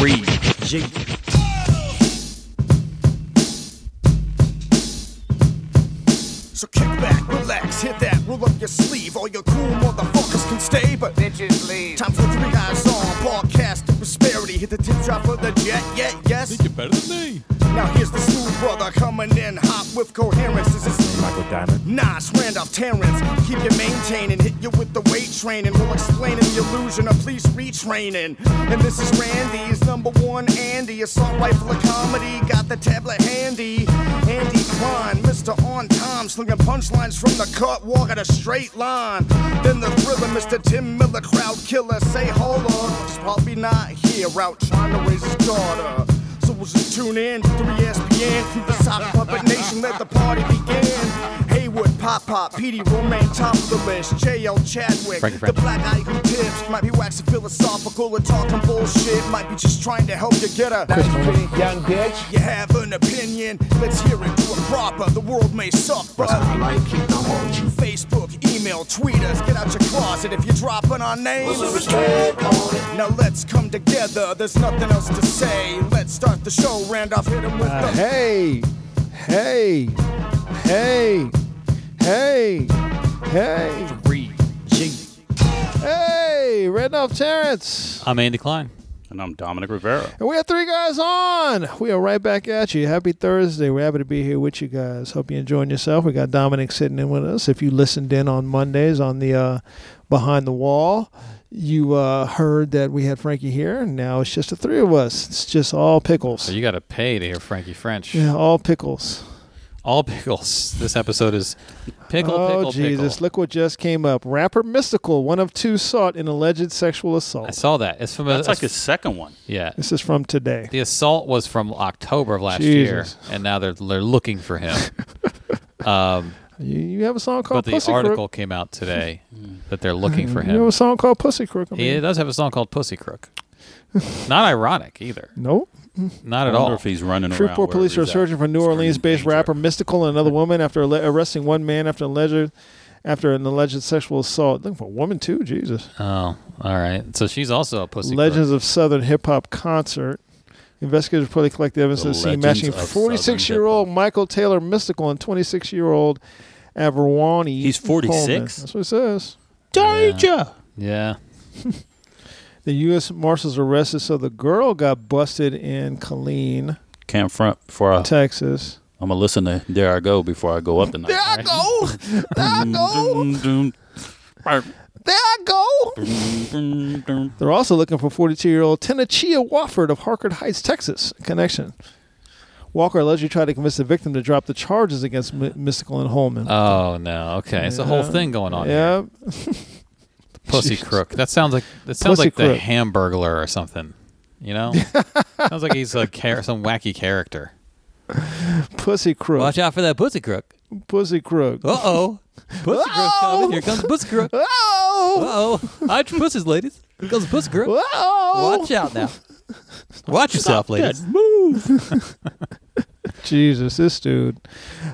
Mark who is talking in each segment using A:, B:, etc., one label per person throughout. A: Reed.
B: So kick back, relax, hit that, roll up your sleeve. All your cool motherfuckers can stay, but
C: Bitches leave.
B: time for three eyes on. Broadcast the prosperity, hit the tip drop of the jet, yeah, yes.
D: Think you're better than me?
B: Now here's the smooth brother coming in hot with coherence. This is
E: Michael Diamond.
B: Nas, Randolph, Terrence. Keep you maintaining, hit you with the weight training. We'll explain the illusion of police retraining. And this is Randy's number one Andy. Assault rifle of comedy, got the tablet handy. Andy Klein, Mr. On Time, slinging punchlines from the cut, walk at a straight line. Then the thriller, Mr. Tim Miller, crowd killer. Say, hold up, he's probably not here, out trying to raise his daughter. So we'll just tune in to 3SPN through the sock puppet nation. Let the party begin. Haywood, Pop Pop, PD Romaine, top of the list. JL Chadwick,
A: Frankie
B: the
A: French.
B: black eye who tips. Might be waxing philosophical or talking bullshit. Might be just trying to help you get a.
F: Young bitch.
B: You have an opinion, let's hear it do it proper. The world may suck, but I like it, I Facebook, email, tweet us, get out your closet if you're dropping our names. Now let's come together, there's nothing else to say. Let's start the show, Randolph, hit him with
A: Uh,
B: the.
F: Hey, hey, hey, hey, hey, hey, Randolph Terrence.
D: I'm Andy Klein.
A: And I'm Dominic Rivera.
F: And we have three guys on. We are right back at you. Happy Thursday. We're happy to be here with you guys. Hope you're enjoying yourself. We got Dominic sitting in with us. If you listened in on Mondays on the uh, Behind the Wall, you uh, heard that we had Frankie here. And now it's just the three of us. It's just all pickles.
D: So you got to pay to hear Frankie French.
F: yeah, all pickles.
D: All pickles. This episode is pickle,
F: oh,
D: pickle,
F: Jesus.
D: pickle.
F: Look what just came up. Rapper Mystical, one of two sought in alleged sexual
D: I
F: assault.
D: saw that. It's from
A: That's
D: a,
A: like his second one.
D: yeah.
F: This is from today.
D: The assault was from October of last
F: Jesus.
D: year, and now they're they're looking for him. um,
F: You, you have a song called
D: but the
F: Pussy
D: article
F: Crook.
D: came out today that they're looking for
F: You have
D: him.
F: a song called Pussy Crook. I
D: He
F: mean,
D: does have a song called Pussy Crook. Not ironic either.
F: Nope.
D: Not at
A: I wonder
D: all.
A: if he's running around.
F: Shreveport police are searching for New Orleans-based rapper Mystical and another woman after alle- arresting one man after alleged after an alleged sexual assault. Looking for a woman too, Jesus.
D: Oh, all right. So she's also a pussy.
F: Legends of Southern Hip Hop concert. Investigators reportedly collected evidence
A: The
F: of the scene
A: Legends
F: matching
A: of
F: 46-year-old
A: Southern
F: Michael Taylor Mystical and 26-year-old Averwani.
A: He's 46?
F: Coleman. That's what it says.
D: Crook. Yeah.
F: The U.S. Marshals arrested, so the girl got busted in Killeen,
A: Can't front before I,
F: Texas.
A: I'm gonna listen to "There I Go" before I go up tonight.
F: I go. There I
A: Doom,
F: There I go.
A: doom, doom, doom.
F: They're also looking for 42 year old Tenachia Wofford of Harcourt Heights, Texas. Connection. Walker allegedly tried to convince the victim to drop the charges against M- Mystical and Holman.
D: Oh no. Okay. It's a whole
F: Yeah.
D: thing going on. here.
F: yeah.
D: Pussy Crook. That sounds like that sounds
F: Pussy
D: like the
F: Crook.
D: Hamburglar or something. You know, sounds like he's a char- some wacky character.
F: Pussy crook.
D: out for that pussy crook.
F: Pussy crook.
D: Uh oh, pussy crook coming. Here comes pussy crook. Uh
F: Oh!
D: oh, hide your pussies, ladies. Here comes pussy crook.
F: Oh!
D: out now. Watch yourself, ladies.
F: Jesus, this dude.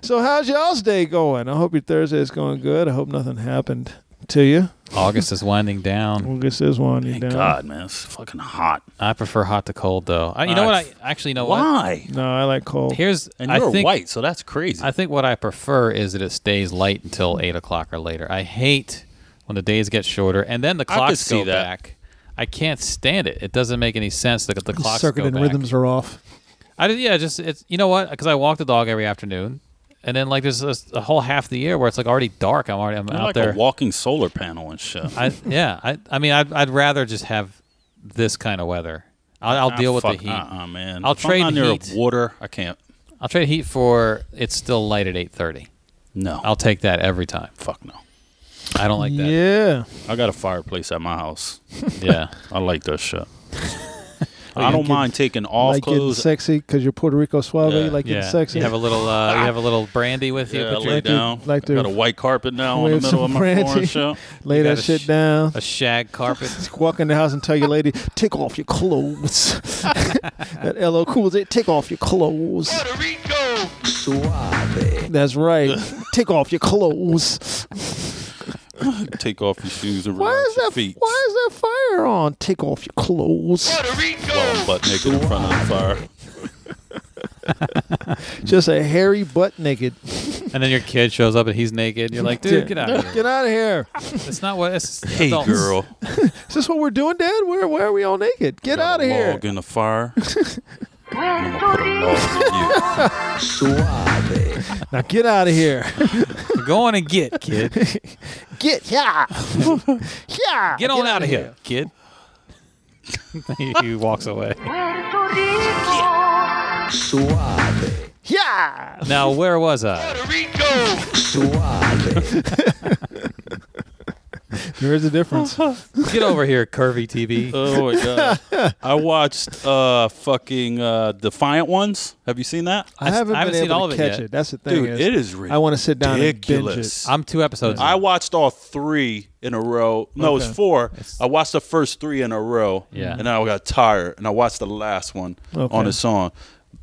F: So, how's y'all's day going? I hope your Thursday is going good. I hope nothing happened to you.
D: August is winding down.
F: Well, this is winding down.
A: Thank God, man, it's fucking hot.
D: I prefer hot to cold though. I, you know what? I actually you know what.
A: Why?
F: No, I like cold.
D: Here's
A: And
D: I
A: you're
D: think,
A: white, so that's crazy.
D: I think what I prefer is that it stays light until eight o'clock or later. I hate when the days get shorter and then the
A: I could
D: clocks
A: see
D: go
A: that.
D: back. I can't stand it. It doesn't make any sense that the clocks
F: Circuit
D: go
F: and
D: back.
F: rhythms are off.
D: I just, yeah, just it's you know what? Because I walk the dog every afternoon, and then like there's a, a whole half the year where it's like already dark. I'm already I'm
A: You're
D: out
A: like
D: there.
A: a walking solar panel and shit.
D: I yeah. I I mean I'd, I'd rather just have this kind of weather. I'll, I'll deal with the heat.
A: Uh-uh, man.
D: I'll
A: If
D: trade
A: I'm not near
D: heat.
A: water. I can't.
D: I'll trade heat for it's still light at eight thirty.
A: No.
D: I'll take that every time.
A: fuck no.
D: I don't like that.
F: Yeah.
A: I got a fireplace at my house.
D: yeah.
A: I like that shit. I don't mind taking off
F: like getting
A: clothes.
F: sexy because you're Puerto Rico suave.
A: Yeah.
F: You like
D: Yeah.
F: getting sexy.
D: You have a little uh, you have a little brandy with you.
A: Yeah, I
D: put
A: lay
D: your-
F: like to-
A: down.
F: like
A: I got
F: to
A: a white carpet now in the
F: wave
A: middle of
F: some
A: my floor
F: brandy.
A: and shit.
F: Lay
D: You
F: that
D: gotta
F: shit
D: sh-
F: down.
D: a shag carpet.
F: uh, Walk in the house and tell your lady, take off your clothes. that LO Cool J, take off your clothes. That's right. take off your clothes.
A: Take off your shoes and
F: Why
A: relax
F: is
A: your
F: that?
A: feet.
F: Why is that fire on? Take off your clothes.
A: Well, butt naked in front of the fire.
F: Just a hairy butt naked.
D: And then your kid shows up and he's naked. You're like, dude, get out of here.
F: Get out of here.
D: It's not what. It's
A: Hey,
D: adults.
A: girl.
F: Is this what we're doing, Dad? Where where are we all naked? Get out of here.
A: Log in the fire. I'm gonna put a log in you.
F: Now get out of here.
D: Go on and get, kid. Get
F: get yeah. yeah.
D: on out, of here, kid. he, he walks away.
F: Yeah.
D: Now, where was I?
F: There's a difference.
D: Get over here, curvy TV.
A: Oh my god! I watched uh fucking uh Defiant Ones. Have you seen that?
F: I haven't,
D: I haven't
F: been
D: seen
F: able
D: all
F: to
D: of it
F: catch
D: yet.
F: it. That's the thing.
A: Dude, it is
F: I want to sit down and
A: ridiculous.
F: binge
D: I'm two episodes.
A: I
D: in.
A: watched all three in a row. No, it's
F: Okay.
A: four. I watched the first three in a row.
D: Yeah.
A: And then I got tired and I watched the last one
F: Okay.
A: on its own.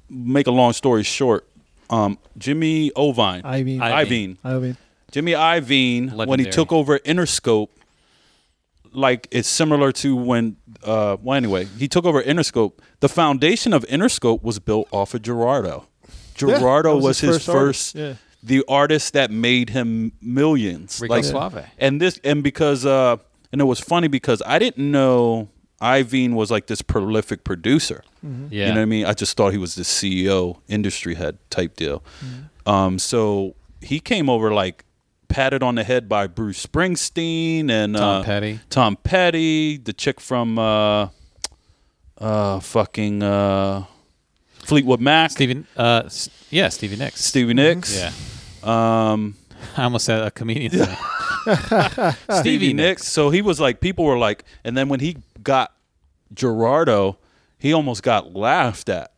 A: Make a long story short, um, Jimmy Ovine.
F: Iovine.
A: Ivine.
D: Iovine.
F: it. I mean,
A: Jimmy Iovine, when he
D: Legendary.
A: took over Interscope, like it's similar to when, uh, well, anyway, he took over Interscope. The foundation of Interscope was built off of Gerardo.
F: that
A: Gerardo
F: was
A: was,
F: his
A: his
F: first artist,
A: first,
F: yeah.
A: the artist that made him millions.
D: Rico Suave.
A: And this, and because, uh, and it was funny because I didn't know Ivine was like this prolific producer.
F: Mm-hmm.
D: Yeah.
A: You know what I mean? I just thought he was the CEO, industry head type deal.
D: Mm-hmm.
A: Um, so he came over like patted on the head by Bruce Springsteen and
D: Tom
A: uh,
D: Petty.
A: Tom Petty, the chick from uh, uh, fucking uh, Fleetwood Mac,
D: Steven. Uh, s- yeah, Stevie Nicks.
A: Stevie Nicks,
D: Yeah. Um, I almost said a comedian. Thing.
A: Stevie Nicks. So he was like, people were like, and then when he got Gerardo, he almost got laughed at.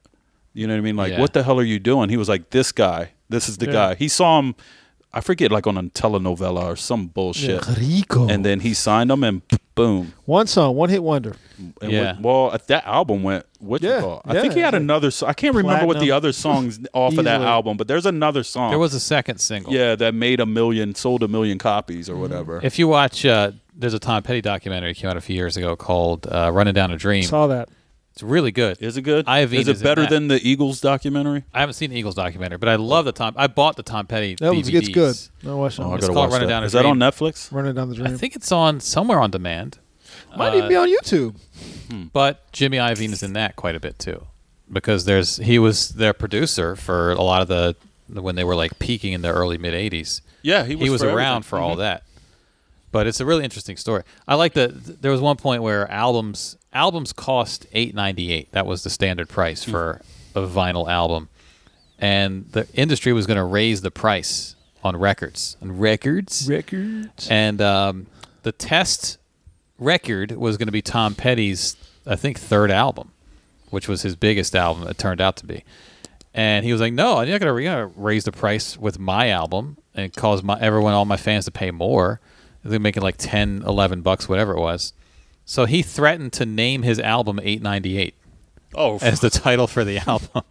A: You know what I mean? Like,
D: Yeah.
A: what the hell are you doing? He was like, this guy, this is the guy. He saw him, I forget, like on a telenovela or some bullshit.
F: Rico.
A: And then he signed him, and boom.
F: one song, one hit wonder.
A: And
D: Yeah.
A: went- well, at that album went. What you
F: Yeah,
A: call?
F: yeah,
A: I think he had
F: it's like
A: another. So- I can't remember what the
F: platinum.
A: other songs off of that
F: Easily.
A: album, but there's another song.
D: There was a second single.
A: yeah, that made a million, sold a million copies or whatever.
D: If you watch, uh, there's a Tom Petty documentary that came out a few years ago called uh, "Running Down a Dream."
F: Saw that.
D: It's really good.
A: Is it good?
D: Iovine is
A: is it
D: in
A: better
D: that.
A: than the Eagles documentary?
D: I haven't seen the Eagles documentary, but I love the Tom. I bought the Tom Petty.
F: That was
D: DVDs.
F: it's good. No, watch that.
A: Oh, I
F: one.
D: It's
A: gotta
D: called
A: watch
D: Running
A: that.
D: Down a
A: Is that on
D: Dream.
A: Netflix?
F: Running down the
D: I uh,
F: dream.
D: think it's on somewhere on demand.
F: Might even be on YouTube.
D: But Jimmy Iovine is in that quite a bit too, because there's he was their producer for a lot of the when they were like peaking in the early mid '80s.
A: Yeah, he was Mm-hmm. for everything.
D: around for all that. But it's a really interesting story. I like that th- there was one point where albums albums cost eight ninety eight. That was the standard price
A: Mm.
D: for a vinyl album, and the industry was going to raise the price on records and records
F: Records.
D: and um, the test record was going to be Tom Petty's, I think, third album, which was his biggest album. It turned out to be, and he was like, "No, I'm not going to raise the price with my album and cause my everyone, all my fans, to pay more. They're making like 10, 11 bucks, whatever it was." So he threatened to name his album 898
A: Oh,
D: as the title for the album.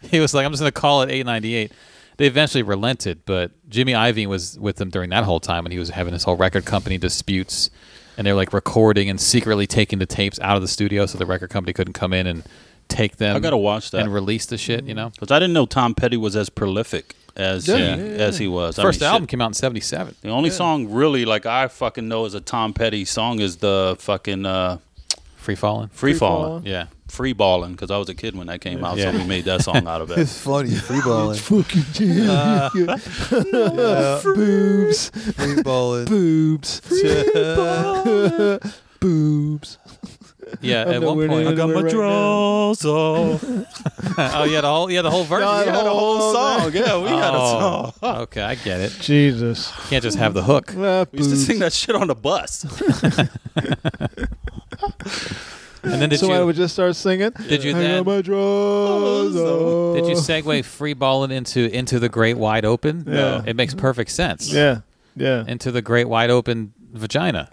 D: he was like, I'm just going to call it 898. They eventually relented, but Jimmy Iovine was with them during that whole time when he was having his whole record company disputes, and they were like recording and secretly taking the tapes out of the studio so the record company couldn't come in and take them.
A: I gotta watch that.
D: and release the shit. You know,
A: because I didn't know Tom Petty was as prolific as
F: Yeah,
A: he,
F: yeah,
A: as he was. I
D: first
A: mean, shit.
D: album came out in '77.
A: The only song really like I fucking know is a Tom Petty song is the fucking uh,
D: Free Falling.
A: Free,
F: Free
A: Fallin'.
F: Fallin'.
D: Yeah,
A: Free Ballin' because I was a kid when that came out,
D: Yeah.
A: so we made that song out of it.
C: It's funny. Free balling.
F: Fucking yeah.
D: Uh,
F: boobs,
C: Free balling.
F: boobs, boobs.
D: yeah. At
F: nowhere
D: one
F: near
D: point,
A: I got my
F: Right now.
A: drawers off.
D: oh yeah, the whole yeah the whole verse.
A: We had a
F: Oh,
A: whole song. Yeah, we had a song.
D: Oh, okay, I get it.
F: Jesus.
D: You can't just have the hook.
F: Ah,
A: We used to
F: boobs.
A: sing that shit on the bus.
D: And then did
F: so
D: you
F: I would just start singing.
D: Did you
F: I
D: then-
F: got my drawers Oh. on.
D: Did you segue free balling into into the great wide open?
F: Yeah.
D: It makes perfect sense.
F: Yeah, yeah.
D: Into the great wide open vagina.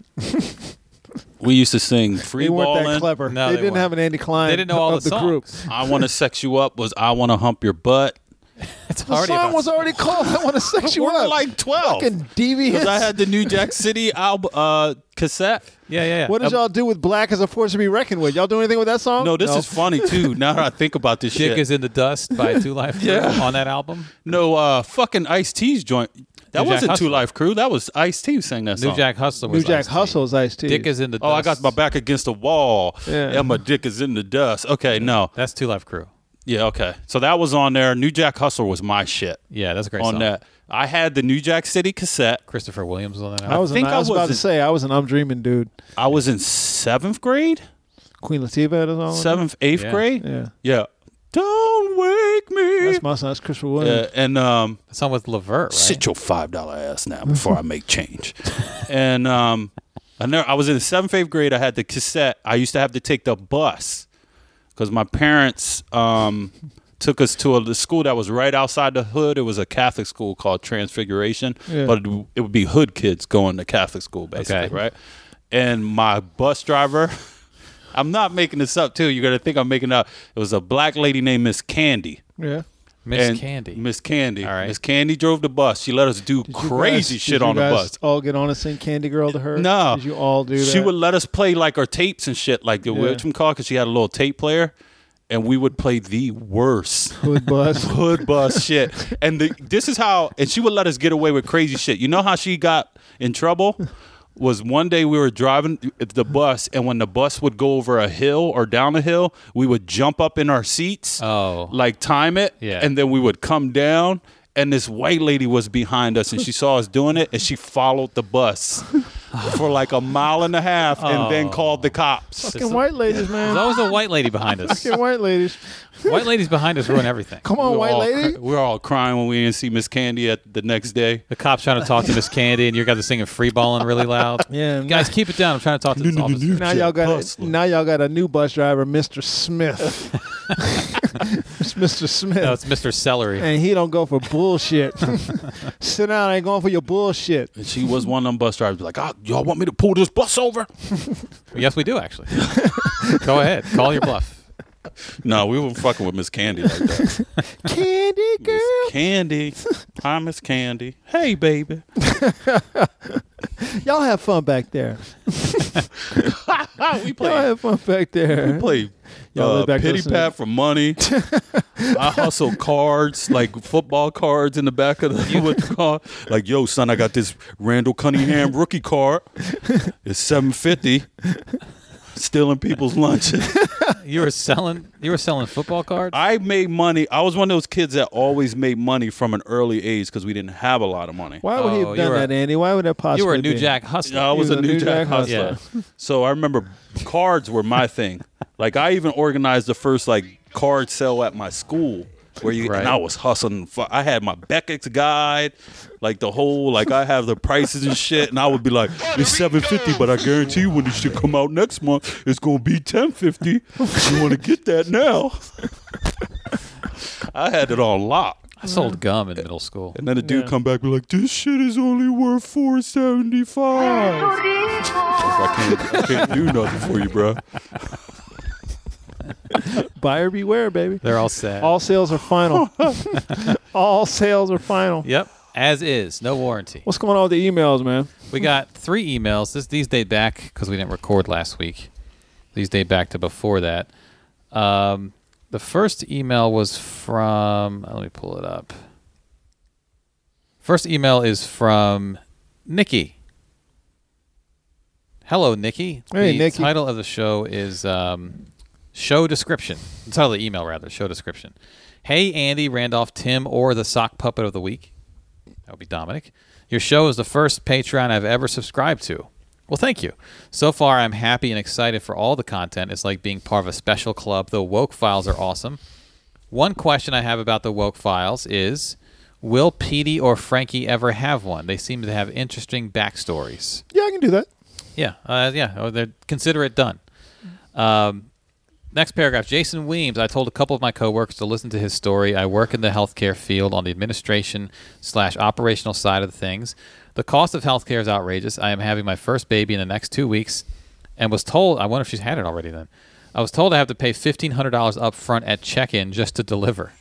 A: we used to sing Free
F: they weren't that
A: Ballin'.
F: clever.
D: No,
F: they,
D: they
F: didn't
D: weren't.
F: have an Andy Klein.
D: They didn't know all
F: of
D: the
F: the group.
D: songs.
A: I want to sex you up was I want to hump your butt.
D: It's
F: The
D: already
F: song
D: about-
F: was already called I Want to Sex You
A: we were
F: Up.
A: like 12.
F: Fucking devious.
A: Because I had the New Jack City album uh, cassette.
D: yeah, yeah, yeah.
F: what did
D: Uh,
F: y'all do with Black as a Force to be Reckoned with? Y'all do anything with that song?
A: No, this is funny too. Now that I think about this
D: Dick
A: shit.
D: is in the dust by Two Life Crew on that album.
A: no, uh, fucking Ice T's joint. That
D: New Jack
A: wasn't Two
D: Hustler.
A: Life Crew. That was Ice T sang that
D: New
A: song.
D: Jack Hustler was
F: New Jack
D: Ice-T.
F: Hustle's Ice T.
D: Dick is in the dust.
A: Oh, I got my back against the wall,
F: Yeah.
A: and my dick is in the dust. Okay, no,
D: That's Two Life Crew.
A: yeah, okay. So that was on there. New Jack Hustler was my shit
D: Yeah, that's a great
A: on
D: song.
A: that. I had the New Jack City cassette.
D: Christopher Williams was on that.
F: I
D: Album.
F: was,
A: think
F: an,
A: I
F: I was about to
A: wasn't-
F: say I was an I'm Dreaming dude.
A: I was in seventh grade,
F: Queen Latifah is on.
A: seventh, eighth
D: Oh, Yeah.
A: grade.
F: Yeah.
A: Yeah. Don't wake me.
F: That's my son. That's Christopher Williams.
A: Yeah, and um,
D: That song with Levert, right?
A: sit your five dollar ass now before I make change. and um, I know I was in the seventh, eighth grade. I had the cassette. I used to have to take the bus because my parents um, took us to a the school that was right outside the hood. It was a Catholic school called Transfiguration,
F: Yeah.
A: but it, it would be hood kids going to Catholic school basically,
D: Okay.
A: right? And my bus driver. I'm not making this up too. You're gonna think I'm making it up. It was a black lady named Miss Candy.
F: yeah.
D: Miss
A: And
D: Candy.
A: Miss Candy.
D: All right.
A: Miss Candy drove the bus. She let us do
F: Did you
A: crazy
F: guys-
A: shit
F: did you
A: on the
F: guys
A: bus.
F: All get on and sing Candy Girl to her.
A: No.
F: Did you all do that?
A: She would let us play like our tapes and shit, like the
F: Yeah.
A: yeah. call because she had a little tape player, and we would play the worst
F: Hood bus.
A: hood bus shit. And the, this is how, and she would let us get away with crazy shit. You know how she got in trouble? Was one day we were driving the bus, and when the bus would go over a hill or down a hill, we would jump up in our seats,
D: Oh.
A: like time it,
D: Yeah.
A: and then we would come down. And this white lady was behind us, and she saw us doing it, and she followed the bus for like a mile and a half, and
D: Oh.
A: then called the cops.
F: Fucking white ladies, man.
D: There's always a white lady behind us.
F: Fucking white ladies.
D: white ladies behind us ruin everything.
F: Come on,
A: We were
F: white
A: all
F: lady.
A: cr- we were all crying when we didn't see Miss Candy at the next day.
D: The cops trying to talk to Miss Candy, and you guys are singing free balling really loud.
F: Yeah,
D: You guys, keep it down. I'm trying to talk to this officer.
F: Now y'all got
A: Hustler.
F: now y'all got a new bus driver, Mr. Smith. it's Mr. Smith.
D: No, it's Mr. Celery.
F: and he don't go for bullshit. Sit down, I ain't going for your bullshit.
A: And she was one of them bus drivers, like, oh, y'all want me to pull this bus over?
D: Yes, we do actually. Go ahead, call your bluff.
A: no, we were fucking with Miss Candy like that.
F: Candy girl.
A: Miss Candy. Hi, Miss Candy. Hey, baby.
F: Y'all have fun back there.
A: Ah, we
F: Y'all
A: play.
F: have fun back there.
A: We play.
F: Y'all
A: uh,
F: live back
A: pity
F: listening.
A: pat for money. I hustle cards like football cards in the back of the with the car. Like, yo, son, I got this Randall Cunningham rookie card. It's seven fifty. Stealing people's lunches.
D: You were selling. You were selling football cards.
A: I made money. I was one of those kids that always made money from an early age because we didn't have a lot of money.
F: Why would he
D: Oh,
F: have
D: you
F: done
D: were-
F: that, Andy? Why would that possibly
D: You were a New
F: be?
D: Jack hustler.
A: I was, uh, a New, Jack,
F: hustler.
A: hustler. So I remember cards were my thing. Like I even organized the first like card sale at my school where you
D: Right.
A: and I was hustling. fu- I had my Beckett's guide, like the whole like I have the prices and shit, and I would be like it's seven fifty, but I guarantee you when this shit come out next month, it's gonna be ten fifty. You want to get that now? I had it on lock.
D: I sold gum in middle school.
A: And then a dude
F: Yeah.
A: come back be like, "This shit is only worth four seventy five. I can't, I can't do nothing for you, bro.
F: Buyer beware, baby.
D: They're all sad.
F: All sales are final. All sales are final.
D: yep, as is, no warranty.
F: What's going on with the emails, man?
D: We got three emails. This these date back because we didn't record last week. These date back to before that. Um, the first email was from. Let me pull it up. First email is from Nikki. Hello, Nikki.
F: Hey,
D: the
F: Nikki.
D: title of the show is um, Show Description. The title of the email, rather, Show Description. Hey, Andy, Randolph, Tim, or the sock puppet of the week. That would be Dominic. Your show is the first Patreon I've ever subscribed to. Well, thank you. So far, I'm happy and excited for all the content. It's like being part of a special club. The woke files are awesome. One question I have about the woke files is Will Petey or Frankie ever have one? They seem to have interesting backstories.
F: Yeah, I can do that.
D: Yeah, uh, yeah. Oh, they're, consider it done. Um, next paragraph. Jason Weems. I told a couple of my coworkers to listen to his story. I work in the healthcare field on the administration slash operational side of things. The cost of healthcare is outrageous. I am having my first baby in the next two weeks, and was told. I wonder if she's had it already. Then I was told I have to pay fifteen hundred dollars up front at check-in just to deliver.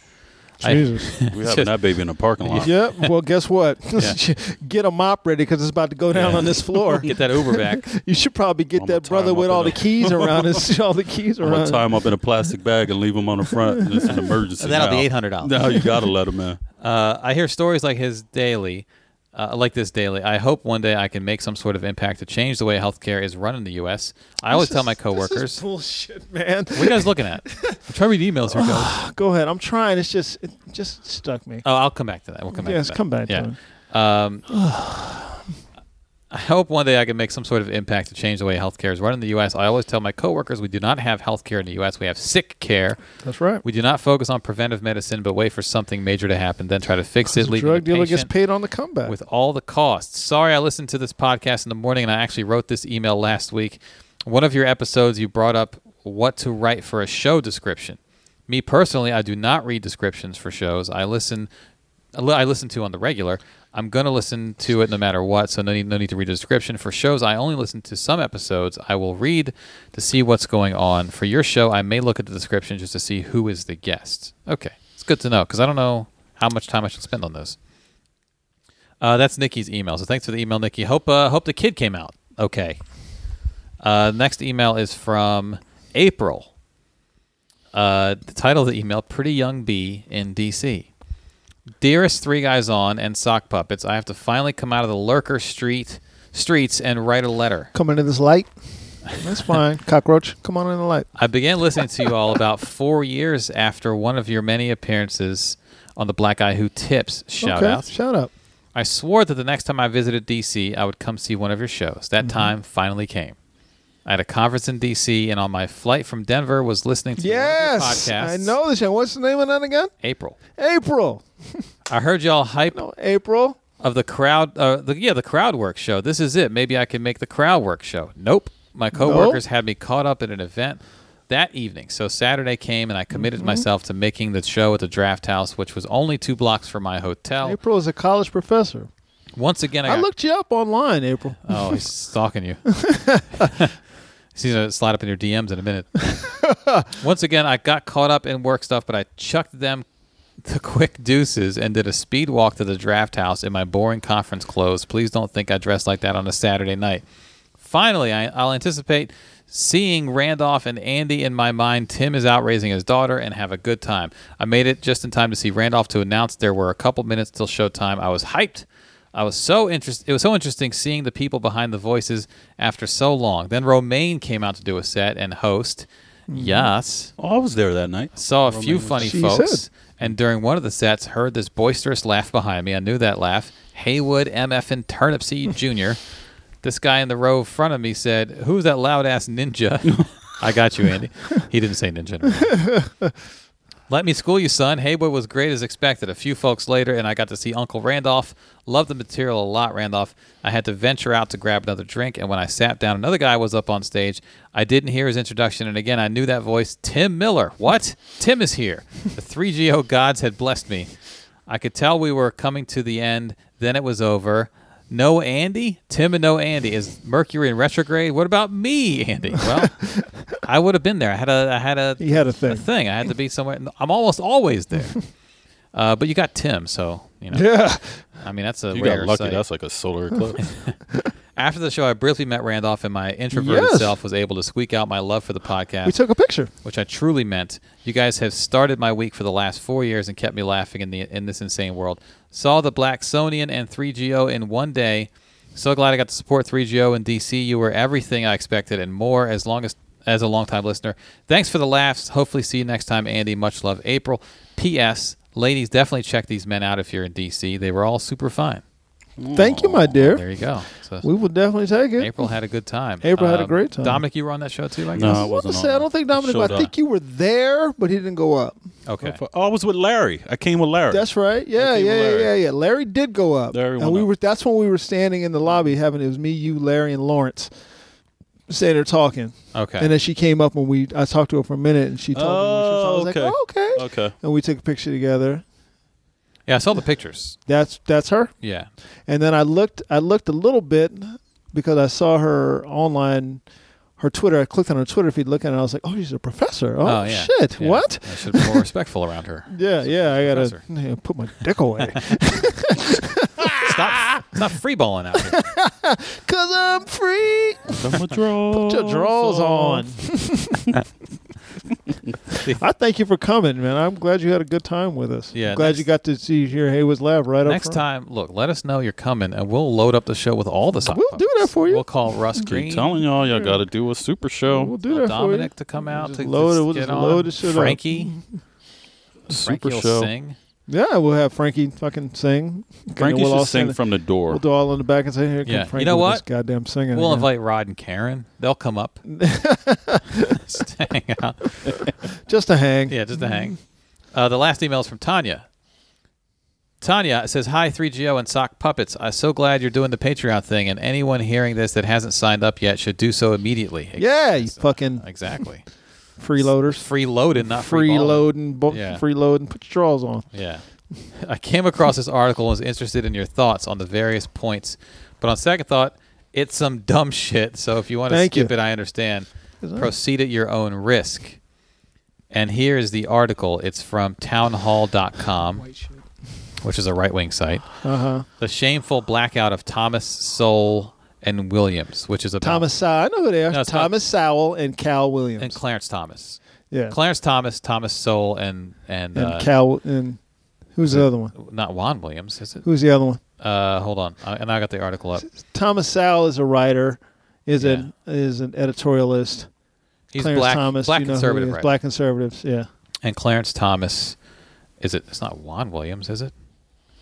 D: I-
F: Jesus.
A: We having that baby in the parking lot.
F: yep. Well, guess what?
D: Yeah.
F: Get a mop ready because it's about to go down
D: Yeah.
F: on this floor.
D: Get that Uber back.
F: You should probably get
A: I'm gonna
F: that
A: tie
F: brother
A: him
F: with
A: up
F: all the
A: in a-
F: keys around his all the keys
A: I'm gonna
F: around.
A: tie him up in a plastic bag and leave him on the front. It's an emergency.
D: That'll be
A: now.
D: $800.
A: No, you gotta let him in.
D: Uh, I hear stories like his daily, uh, like this daily. I hope one day I can make some sort of impact to change the way healthcare is run in the U.S. I always tell my
F: This is
D: coworkers, "What
F: bullshit, man.
D: are you guys looking at?" I'm trying to read emails. Here goes.
F: Go ahead. I'm trying. It's just it just stuck me.
D: Oh, I'll come back to that. We'll come back.
F: Yes,
D: to that.
F: come back to
D: Yeah. um, I hope one day I can make some sort of impact to change the way healthcare is run in the U.S. I always tell my coworkers we do not have healthcare in the U.S. We have sick care.
F: That's right.
D: We do not focus on preventive medicine, but wait for something major to happen, then try to fix it.
F: the
D: leaving
F: drug
D: the
F: dealer gets
D: patient
F: paid on the comeback.
D: with all the costs. Sorry, I listened to this podcast in the morning, and I actually wrote this email last week. One of your episodes, you brought up what to write for a show description. Me personally, I do not read descriptions for shows. I listen, I listen to on the regular. I'm gonna listen to it no matter what, so no need, no need to read a description for shows. I only listen to some episodes. I will read to see what's going on. For your show, I may look at the description just to see who is the guest. Okay, it's good to know because I don't know how much time I should spend on those. Uh, that's Nikki's email. So thanks for the email, Nikki. Hope uh, hope the kid came out okay. Uh, next email is from April. Uh, the title of the email: Pretty Young Bee in D.C. Dearest Three Guys On and Sock Puppets, I have to finally come out of the lurker street streets and write a letter.
F: Come into this light. That's fine. Cockroach, come on in the light.
D: I began listening to you all about four years after one of your many appearances on the Black Eye Who Tips shout
F: okay.
D: out.
F: Shout out.
D: I swore that the next time I visited DC, I would come see one of your shows. That
F: Mm-hmm.
D: time finally came. I had a conference in DC, and on my flight from Denver, was listening to
F: Yes.
D: one of your podcasts.
F: I know this one. What's the name of that again?
D: April.
F: April.
D: I heard y'all hype
F: No, April.
D: of the crowd. Uh, the, yeah, the crowd work show. This is it. Maybe I can make the crowd work show. Nope. My coworkers had me caught up at an event that evening. So Saturday came, and I committed
F: Mm-hmm.
D: myself to making the show at the Draft House, which was only two blocks from my hotel.
F: April is a college professor.
D: Once again, I,
F: I
D: got
F: looked you up online, April.
D: Oh, he's stalking you. he's gonna slide up in your DMs in a minute. Once again, I got caught up in work stuff, but I chucked them the quick deuces and did a speed walk to the draft house in my boring conference clothes. Please don't think I dressed like that on a Saturday night. Finally, I, I'll anticipate seeing Randolph and Andy in my mind. Tim is out raising his daughter and have a good time. I made it just in time to see Randolph to announce there were a couple minutes till showtime. I was hyped. I was so interested. It was so interesting seeing the people behind the voices after so long. Then Romaine came out to do a set and host. Yes
A: Oh, I was there that night.
D: saw a few funny
F: She
D: folks,
F: said.
D: and during one of the sets, heard this boisterous laugh behind me. I knew that laugh. Haywood MF and Turnipseed Jr. This guy in the row in front of me said, "Who's that loud ass ninja?" I got you, Andy. He didn't say ninja. no. Let me school you, son. Haywood was great as expected. A few folks later, and I got to see Uncle Randolph. Loved the material a lot, Randolph. I had to venture out to grab another drink, and when I sat down, another guy was up on stage. I didn't hear his introduction, and again, I knew that voice Tim Miller. What? Tim is here. The 3GO gods had blessed me. I could tell we were coming to the end, then it was over. No Andy? Tim and no Andy. Is Mercury in retrograde? What about me, Andy? Well, I would have been there. I had a I had a
F: He had a thing.
D: a thing. I had to be somewhere. I'm almost always there. Uh, but you got Tim, so you know.
F: Yeah.
D: I mean, that's a
A: You
D: rare
A: got lucky.
D: sight.
A: That's like a solar eclipse.
D: After the show, I briefly met Randolph, and my introverted
F: Yes.
D: self was able to squeak out my love for the podcast,
F: We took a picture.
D: which I truly meant. You guys have started my week for the last four years and kept me laughing in the in this insane world. Saw the Blacksonian and 3GO in one day. So glad I got to support 3GO in DC. You were everything I expected and more. As long as as a longtime listener, thanks for the laughs. Hopefully, see you next time, Andy. Much love, April. P.S. Ladies, definitely check these men out if you're in DC. They were all super fine.
F: Thank you, my
D: There
F: dear.
D: you go. So
F: We will definitely take it.
D: April had a good time. Um,
F: April had a great time.
D: Dominic, you were on that show too, I guess.
A: no, I
F: I,
A: wasn't.
F: say,
A: on
F: I don't think Dominic,
A: Showed
F: but I
A: up.
F: think you were there, but he didn't go up.
D: Okay.
A: Oh, I was with Larry. I came with Larry.
F: That's right. Yeah,
A: Okay,
F: yeah,
A: well,
F: yeah,
A: Larry.
F: yeah, yeah. Larry did go up.
A: Larry
F: and
A: went
F: we
A: up.
F: were that's when we were standing in the lobby having it was me, you, Larry, and Lawrence standing there talking.
D: Okay.
F: And then she came up and we I talked to her for a minute and she told
A: Oh,
F: me what she was talking. I was
A: okay.
F: like, oh, okay.
A: Okay.
F: And we took a picture together.
D: yeah, I saw the pictures.
F: That's that's her.
D: Yeah.
F: And then I looked I looked a little bit because I saw her online her Twitter. I clicked on her Twitter feed, looking at it. I was like, oh, she's a professor. Oh,
D: oh yeah.
F: shit.
D: Yeah.
F: What?
D: I should be more respectful around her.
F: Yeah, yeah. I gotta
D: professor.
F: yeah, put my dick away
D: Stop! Stop freeballing out here.
F: because I'm free. Put
D: Oh,
F: your drawers on. I thank you for coming, man. I'm glad you had a good time with us.
D: Yeah,
F: I'm glad
D: next-
F: you got to see here Haywood's lab right
D: Next
F: up front.
D: time, look, let us know you're coming, and we'll load up the show with all the song.
F: We'll do that for you.
D: We'll call Russ Green, uh,
A: Keep telling y'all, y'all got to do a super
F: We'll
A: show.
F: do that for you.
D: Dominic to come out
F: just
D: to
F: load it-
D: just
F: we'll
D: get
F: just
D: on.
F: load this shit up.
D: Frankie, Frankie
A: Super
D: will
A: show.
D: sing.
F: Yeah, we'll have Frankie fucking sing. And
A: Frankie
F: we'll all
A: should sing
F: stand-
A: from the door.
F: We'll do all in the back and say, "Here,
D: Yeah.
F: come
D: You
F: Frankie
D: know
F: with
D: what?
F: this goddamn singing."
D: We'll
F: again."
D: invite Rod and Karen. They'll come up. Just hang out.
F: just a hang.
D: Yeah, just to hang. Uh, the last email is from Tanya. Tanya says, Hi, 3GO and Sock Puppets. I'm so glad you're doing the Patreon thing, and anyone hearing this that hasn't signed up yet should do so immediately. Ex-
F: Yeah, you fucking
D: Exactly.
F: freeloaders,
D: Free loaded, not free balling.
F: freeloading, bo-
D: Yeah.
F: freeloading. Put your drawers on.
D: Yeah. I came across this article and was interested in your thoughts on the various points. But on second thought, it's some dumb shit. So if you want to
F: Thank
D: skip
F: you.
D: it, I understand.
F: Is that-
D: Proceed at your own risk. And here is the article. It's from townhall.com, which is a right wing site.
F: Uh huh.
D: The shameful blackout of Thomas Sowell and Williams, which is about
F: Thomas Sowell. I know who they are.
D: No, it's not-
F: Thomas Sowell and Cal Williams.
D: and Clarence Thomas.
F: yeah.
D: Clarence Thomas, Thomas Sowell, and and,
F: and
D: uh,
F: Cal and who's the other one?
D: not Juan Williams, is it?
F: Who's the other one?
D: Uh, hold on, I, and I got the article up.
F: Thomas Sowell is a writer, is an is an editorialist.
D: He's
F: Clarence
D: black,
F: Thomas,
D: black
F: you know who he
D: conservative,
F: is.
D: right?
F: Black conservatives. Yeah,
D: And Clarence Thomas, is it? It's not Juan Williams, is it?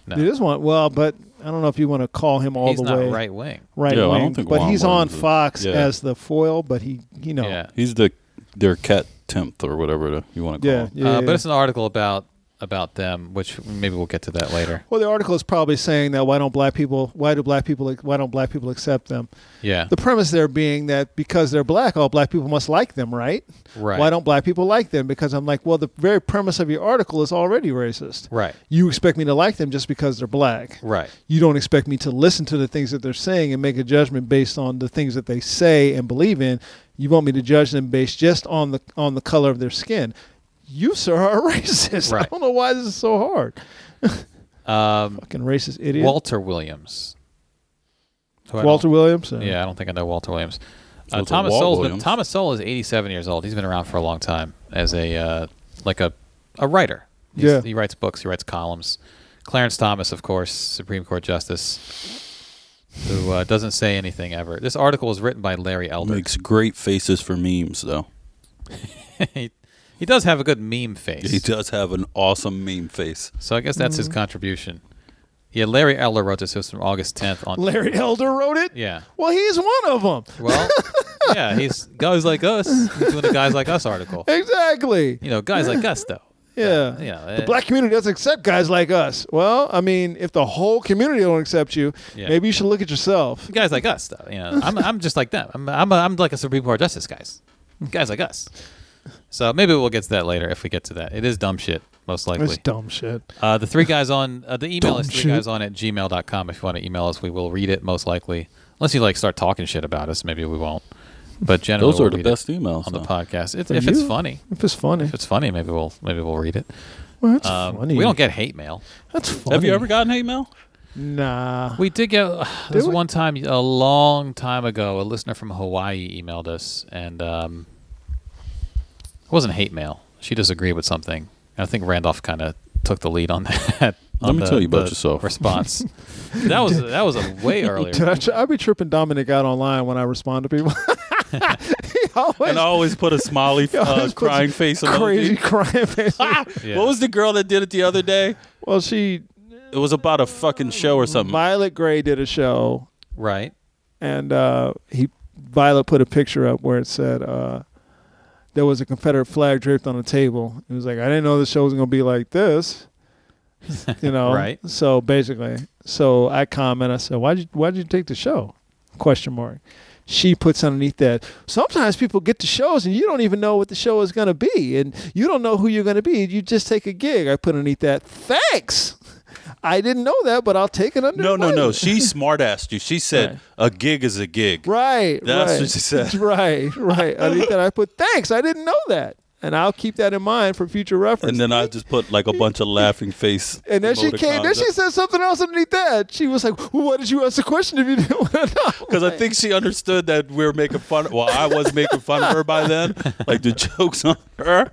D: No,
F: it is one. Well, but I don't know if you want to call him all
D: he's
F: the
D: not
F: way
D: right wing.
F: right
A: Yeah, I
F: wing,
A: don't think
F: but
A: Juan
F: he's on
A: Williams is-
F: Fox
A: yeah.
F: as the foil. But he, you know,
D: Yeah,
A: He's the their cat tenth or whatever the, you want to call.
F: yeah,
A: him.
F: yeah,
D: uh,
F: yeah.
D: but it's an article about about them, which maybe we'll get to that later.
F: well, the article is probably saying that why don't black people? Why do black people? Why don't black people accept them?
D: Yeah,
F: The premise there being that because they're black, all black people must like them, right?
D: Right.
F: Why don't black people like them? Because I'm like, well, the very premise of your article is already racist.
D: right,
F: You expect me to like them just because they're black.
D: right,
F: You don't expect me to listen to the things that they're saying and make a judgment based on the things that they say and believe in. You want me to judge them based just on the on the color of their skin. You, sir, are a racist. I
D: Right.
F: don't know why this is so hard.
D: um,
F: Fucking racist idiot.
D: Walter Williams. Who I don't-
F: Walter Williams. Uh,
D: Yeah, I don't think I know Walter Williams. Uh,
A: Walter
D: Thomas
A: Walt
D: Sowell's been-
A: Williams.
D: Thomas Sowell is 87 years old. He's been around for a long time as a uh, like a a writer. He's,
F: Yeah.
D: he writes books. He writes columns. Clarence Thomas, of course, Supreme Court Justice, who uh, doesn't say anything ever. This article was written by Larry Elder.
A: Makes great faces for memes though.
D: he, he does have a good meme face.
A: He Mm-hmm. does have an awesome meme face.
D: so I guess that's his contribution. Yeah, Larry Elder wrote this. It was from August 10th on.
F: Larry Elder wrote it.
D: yeah.
F: Well, he's one of them.
D: Well, yeah, he's guys like us. He's doing a guys like us article.
F: Exactly.
D: You know, guys like us though.
F: Yeah.
D: you know,
F: the
D: eh.
F: black community doesn't accept guys like us. Well, I mean, if the whole community don't accept you,
D: Yeah.
F: maybe you should look at yourself.
D: guys like us, though. You know, I'm, I'm just like them. I'm, I'm, a, I'm like a Supreme Court justice, guys. Guys like us. So maybe we'll get to that later if we get to that. It is dumb shit, most
F: That's
D: likely.
F: dumb shit.
D: Uh, the three guys on uh, the email
F: Dumb
D: is three
F: shit.
D: guys on at gmail.com. If you want to email us, we will read it most likely. Unless you like start talking shit about us, maybe we won't. But generally,
A: Those
D: we'll
A: are the
D: read it
A: best emails
D: on the
A: though.
D: podcast. If,
F: For
D: if it's
F: you?
D: funny,
F: If it's funny.
D: if it's funny, maybe we'll maybe we'll read it.
F: well, that's
D: Um,
F: funny.
D: We don't get hate mail.
F: That's funny.
A: Have you ever gotten hate mail?
F: Nah.
D: We did get this
F: we?
D: one time a long time ago. A listener from Hawaii emailed us, and um, it wasn't hate mail. She disagreed with something. And I think Randolph kind of took the lead on that.
A: Let
D: on
A: me
D: the-
A: tell you about
D: the
A: yourself.
D: Response. that was that was a way earlier.
F: Did I, tr- I be tripping Dominic out online when I respond to people. he always,
A: And I always put a smiley,
F: he always
A: uh,
F: puts
A: crying face emoji.
F: Crazy crying face.
A: Ah!
D: Yeah.
A: What was the girl that did it the other day?
F: well, she,
A: It was about a fucking show or something.
F: Violet Gray did a show
D: Right.
F: and uh, he Violet put a picture up where it said uh, there was a Confederate flag draped on a table. It was like I didn't know the show was gonna be like this, you know.
D: Right.
F: So basically, so I comment. I said, "Why'd you Why'd you take the show?" Question mark. She puts underneath that. Sometimes people get to shows and you don't even know what the show is gonna be, and you don't know who you're gonna be. You just take a gig. I put underneath that. Thanks. I didn't know that, but I'll take it under.
A: No,
F: the
A: no, no.
F: wing.
A: She smart assed you. She said a gig is a gig.
F: Right.
A: That's
F: right.
A: what she said.
F: Right, right. Underneath that, I put thanks. I didn't know that, and I'll keep that in mind for future reference.
A: And then I just put like a bunch of laughing face.
F: And then she came. Then she said something else underneath that. She was like, well, "Why did you ask the question if you didn't want to know?"
A: because I think she understood that we were making fun. Well, I was making fun of her by then. Like the jokes on her,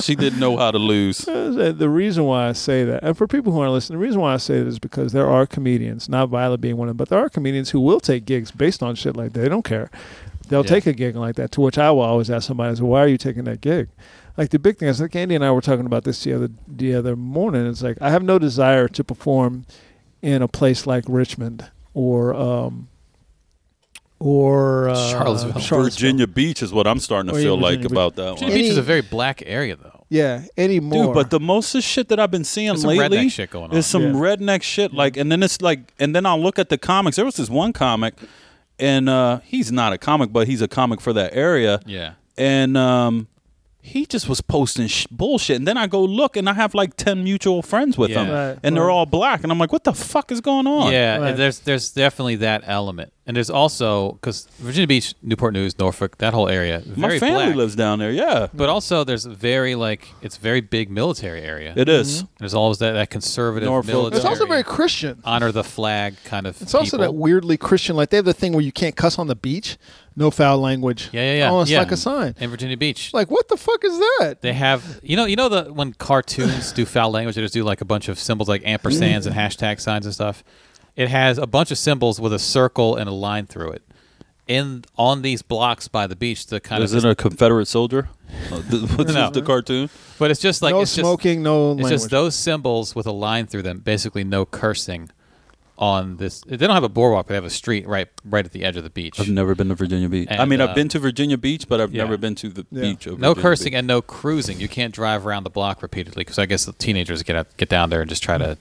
A: she didn't know how to lose.
F: Uh, The reason why I say that, and for people who aren't listening, the reason why I say that is because there are comedians, not Violet being one of them, but there are comedians who will take gigs based on shit like that. They don't care. They'll take a gig like that, to which I will always ask somebody, so why are you taking that gig? Like the big thing is, like Andy and I were talking about this the other, the other morning. It's like, I have no desire to perform in a place like Richmond or, um, or uh,
D: Charlottesville.
A: Virginia Beach is what I'm starting to
F: Or yeah,
A: feel like
F: Virginia Beach.
A: about that
D: Oh, Virginia
A: one.
F: Any-
D: Beach is a very black area, though.
F: Yeah, anymore.
A: Dude, but the most of shit that I've been seeing
D: There's some
A: lately
D: redneck shit going on.
A: is some
F: Yeah.
A: redneck shit. Like, and then it's like, and then I'll look at the comics. There was this one comic, and uh, he's not a comic, but he's a comic for that area.
D: Yeah.
A: and um, he just was posting sh- bullshit. And then I go look, and I have like ten mutual friends with
D: Yeah.
A: him,
F: Right,
A: and they're
F: right.
A: all black. And I'm like, what the fuck is going on?
D: Yeah,
F: Right.
D: there's there's definitely that element, and there's also because Virginia Beach, Newport News, Norfolk, that whole area,
A: my
D: very
A: family
D: black.
A: lives down there. Yeah,
D: But also, there's a very like it's a very big military area.
A: it is.
D: There's always that, that conservative
A: Norfolk.
D: military.
F: it's also very Christian.
D: honor the flag kind of.
F: It's also that weirdly Christian, like they have the thing where you can't cuss on the beach, no foul language.
D: yeah, yeah, yeah.
F: Oh, it's
D: yeah.
F: like a sign.
D: in Virginia Beach.
F: Like what the fuck is that?
D: They have you know you know the when cartoons do foul language they just do like a bunch of symbols like ampersands and hashtag signs and stuff. It has a bunch of symbols with a circle and a line through it. In on these blocks by the beach, the kind
A: Is
D: of
A: it a Confederate soldier? Uh, th- What's
D: No.
A: the cartoon?
D: but it's just like
F: no
D: it's just-
F: smoking, no
D: it's
F: language.
D: just those symbols with a line through them, basically no cursing on this. They don't have a boardwalk, but they have a street right right at the edge of the beach.
A: I've never been to Virginia Beach. I
D: And,
A: mean,
D: uh,
A: I've been to Virginia Beach, but I've
D: yeah.
A: never been to the
F: Yeah.
A: beach. Of
D: No
A: Virginia
D: cursing
A: Beach.
D: and no cruising. You can't drive around the block repeatedly because I guess the teenagers get out, get down there and just try to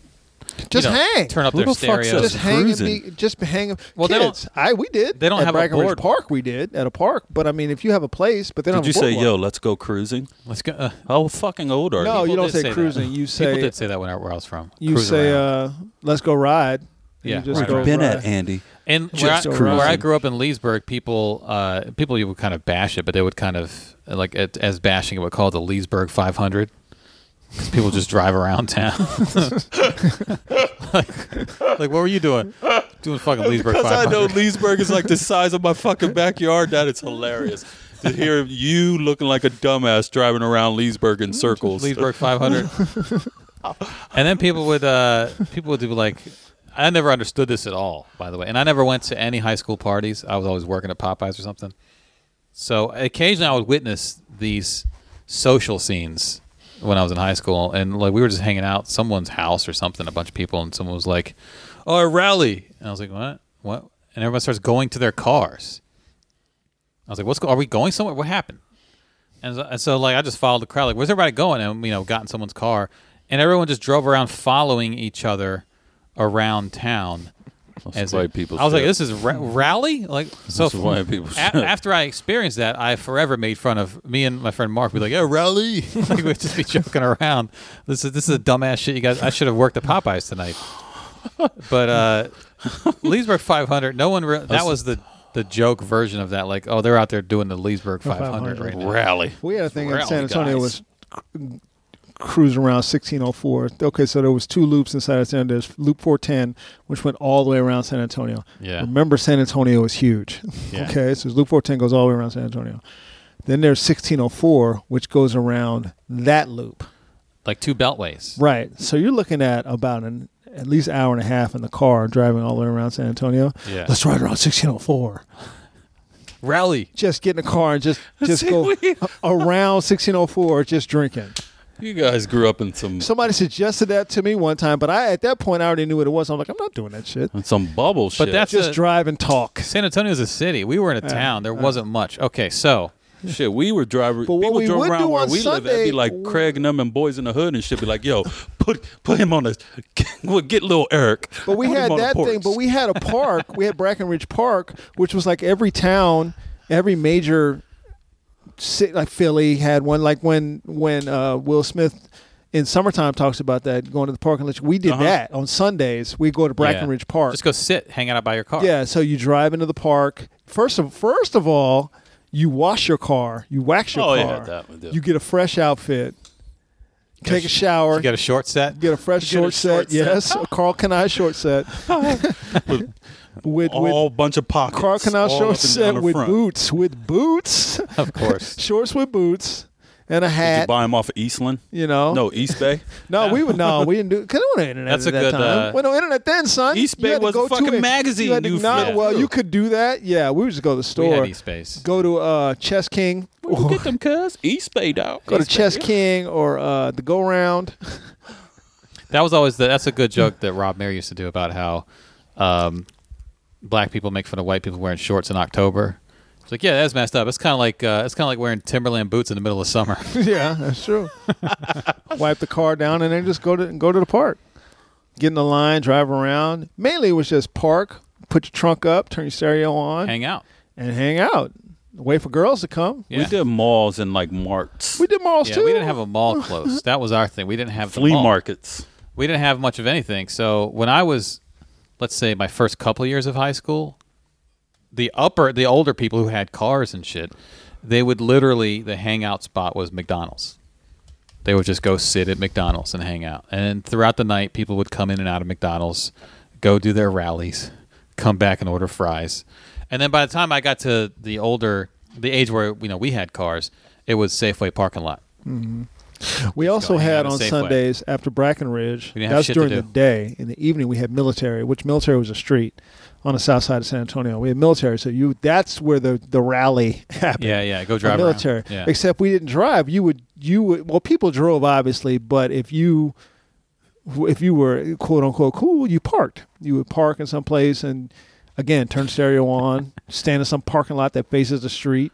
F: just
D: you know,
F: hang.
D: turn up
A: Who
D: their
A: the fuck
D: stereo.
A: says
F: just hang and
A: cruising.
F: be just hang
D: Well, they don't-
F: kids. I we did.
D: they don't
F: at
D: have a
F: Brackenridge
D: board.
F: Park we did at a park. But I mean if you have a place but they don't
A: Did you
F: have a
A: say, "Yo,
F: boardwalk.
A: let's go cruising"?
D: Let's go. Uh,
A: How fucking old
F: No,
A: are you?
F: Oh, you
D: people
F: don't
D: did
F: say
D: that.
F: cruising, you say-
D: people did say that when I, where I was from.
F: you
D: Cruise
F: say
D: around.
F: uh let's go ride. and
D: Yeah,
F: you just
D: right,
F: go
D: right.
A: Been
F: ride.
A: at Andy.
D: and where I,
F: just
D: where I
F: cruising.
D: grew up in Leesburg, people uh, people you would kind of bash it, but they would kind of like it, as bashing it would call it the Leesburg 500 because people just drive around town. like, like, what were you doing? Doing fucking Leesburg
A: Because I
D: 500.
A: know Leesburg is like the size of my fucking backyard. That is hilarious. To hear you looking like a dumbass driving around Leesburg in circles.
D: Leesburg 500. and then people would uh, people would do like I never understood this at all, by the way. And I never went to any high school parties. I was always working at Popeyes or something. So occasionally I would witness these social scenes when I was in high school, and like we were just hanging out at someone's house or something, a bunch of people, and someone was like, "Oh, a rally," and I was like, "What? What?" And everyone starts going to their cars. I was like, "What's? Go- are we going somewhere? What happened?" And so, and so, like, I just followed the crowd. Like, where's everybody going? And you know, got in someone's car, and everyone just drove around following each other around town. As
A: white
D: it-
A: people
D: I was like,
A: shit.
D: "This is ra- rally." Like, so
A: is white people shit.
D: after I experienced that, I forever made fun of me and my friend Mark. We'd be like, "Yeah, rally!" like we'd just be joking around. This is this is a dumbass shit. You guys, I should have worked at Popeyes tonight. But uh, Leesburg 500. No one. Re- that was the the joke version of that. Like, oh, they're out there doing the Leesburg 500 right now.
A: Rally.
F: We had a thing in
D: Rally,
F: San Antonio
D: guys.
F: was cru- cruising around 1604. Okay, so there was two loops inside of San Antonio. There's loop 410, which went all the way around San Antonio.
D: Yeah.
F: Remember, San Antonio is huge.
D: Yeah.
F: okay, so loop 410 goes all the way around San Antonio. Then there's 1604, which goes around that loop.
D: Like two beltways.
F: Right. So you're looking at about an at least hour and a half in the car driving all the way around San Antonio.
D: Yeah.
F: Let's ride around 1604
D: Rally.
F: just get in the car and just just go around 1604 just drinking
A: You guys grew up in some
F: somebody suggested that to me one time but i at that point i already knew what it was i'm like i'm not doing that shit
A: in some bubble shit.
D: But that's
F: just
D: a-
F: drive and talk
D: San Antonio is a city. We were in a town. There wasn't much. Okay, so
A: shit. We were driving.
F: But what
A: people
F: we
A: drove
F: would
A: around
F: do
A: where
F: on
A: we live. It'd
F: Sunday-
A: be like Craig and them and boys in the hood and shit. Be like, yo, put put him on a we'll get little Eric.
F: but we
A: Put him
F: had
A: on a
F: that
A: porch.
F: thing but we had a park we had brackenridge park which was like every town every major city like philly had one like when when uh, will smith in summertime talks about that going to the parking lot. We did
A: Uh-huh.
F: that on Sundays. We go to Brackenridge Park.
D: Just go sit, hang out by your car.
F: Yeah, so you drive into the park. First of first of all, you wash your car, you wax your
A: Oh, yeah,
F: car,
A: that we do.
F: you get a fresh outfit, take a shower,
D: You got a short set.
F: get a fresh
A: get a
F: short, set,
A: short set.
F: Yes, a Carl Canai short set
A: With
F: with with
A: all bunch of pockets.
F: Carl Canai
A: all up
F: short
A: and down
F: set
A: the
F: with
A: front.
F: boots, with boots,
D: Of course.
F: shorts with boots, and a
A: Did you
F: hat.
A: buy them off of Eastland?
F: You know,
A: No, East Bay.
F: no, we would no, we didn't do. Cause there wasn't internet
D: That's
F: at
D: a
F: that
D: good,
F: time.
D: uh,
F: well, no internet then, son.
A: East
F: You
A: Bay
F: had to
A: was a
F: go to
A: fucking
F: a-
A: magazine,
F: You had to
A: you
F: not-
A: flip
F: well,
A: through.
F: you could do that. Yeah, we would just go to the
D: We
F: store.
D: had e-space.
F: go to uh, Chess King.
A: Where you get them, cuz? East Bay, dog.
F: Go to Chess King or uh, the Go Round.
D: That was always the, that's a good joke that Rob Mayer used to do about how um, black people make fun of white people wearing shorts in October. It's like, yeah, that's messed up. It's kind of like uh, it's kind of like wearing Timberland boots in the middle of summer.
F: yeah, that's true. Wipe the car down and then just go to go to the park. Get in the line, drive around. Mainly it was just park, put your trunk up, turn your stereo on,
D: Hang out.
F: and hang out. Wait for girls to come.
D: Yeah.
A: We did malls and like marts,
F: We did malls
D: Yeah,
F: too.
D: we didn't have a mall close. That was our thing. We didn't have the
A: flea
D: mall.
A: markets.
D: We didn't have much of anything. So when I was, let's say, my first couple years of high school, the upper, the older people who had cars and shit, they would literally the hangout spot was McDonald's. They would just go sit at McDonald's and hang out. And throughout the night, people would come in and out of McDonald's, go do their rallies, come back and order fries. And then by the time I got to the older, the age where you know we had cars, it was Safeway parking lot.
F: We also
D: go hang
F: had
D: out at
F: on
D: Safeway.
F: Sundays after Brackenridge.
D: We didn't have
F: That's
D: shit to
F: during
D: do.
F: the day. In the evening, we had military, which military was a street on the south side of San Antonio. We had military, so you that's where the the rally happened.
D: Yeah, yeah, go
F: the
D: drive around.
F: military.
D: Yeah.
F: Except we didn't drive. You would you would well people drove obviously, but if you if you were quote unquote cool, you parked. You would park in some place and again turn stereo on, stand in some parking lot that faces the street,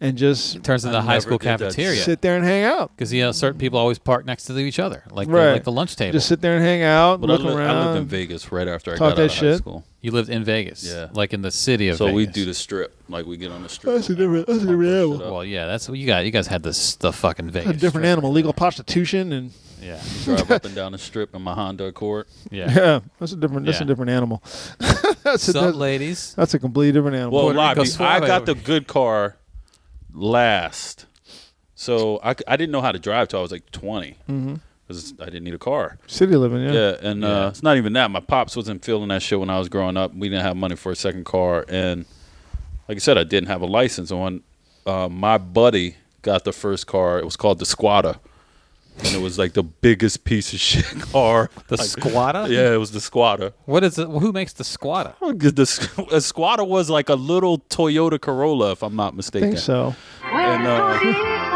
F: and just
D: Turns into
A: I
D: the high
A: never
D: school
A: did that
D: cafeteria.
F: sit there and hang out.
D: Because you know certain people always park next to each other, like
F: Right.
D: the, like the lunch table.
F: Just sit there and hang out,
A: But I,
F: look
A: li-
F: around.
A: I lived in Vegas right after I
F: Talk
A: got
F: that
A: out of high
F: shit.
A: school.
D: you lived in Vegas,
A: Yeah.
D: like in the city of
A: So
D: Vegas.
A: we do the strip, like we get on the strip.
F: That's a different- that's a different
A: Pump that
F: animal.
A: shit up.
D: Well, yeah, that's what you got. You guys had this the fucking Vegas.
F: a different
D: strip.
F: animal, legal prostitution, and
D: Yeah,
A: Drive up and down the strip in my Honda Accord.
D: yeah.
F: yeah, that's a different. That's a
D: Yeah.
F: different animal. that's a
D: Some
F: that's,
D: ladies.
F: that's a completely different animal.
A: Well,
D: Puerto
A: Lobby,
D: Rico
A: I
D: Suave.
A: got the good car last, so I, c- I didn't know how to drive till I was like 20
F: Mm-hmm.
A: because I didn't need a car.
F: City living, yeah.
A: Yeah, and
D: Yeah.
A: Uh, it's not even that. My pops wasn't feeling that shit when I was growing up. We didn't have money for a second car, and like I said, I didn't have a license. And when uh, my buddy got the first car, it was called the Squatter, and it was like the biggest piece of shit car.
D: The squatta.
A: yeah, it was the Squatter.
D: What is it? Who makes the squatta?
A: The squ- a Squatter was like a little Toyota Corolla, if I'm not
F: I
A: mistaken.
F: think so.
A: And, uh,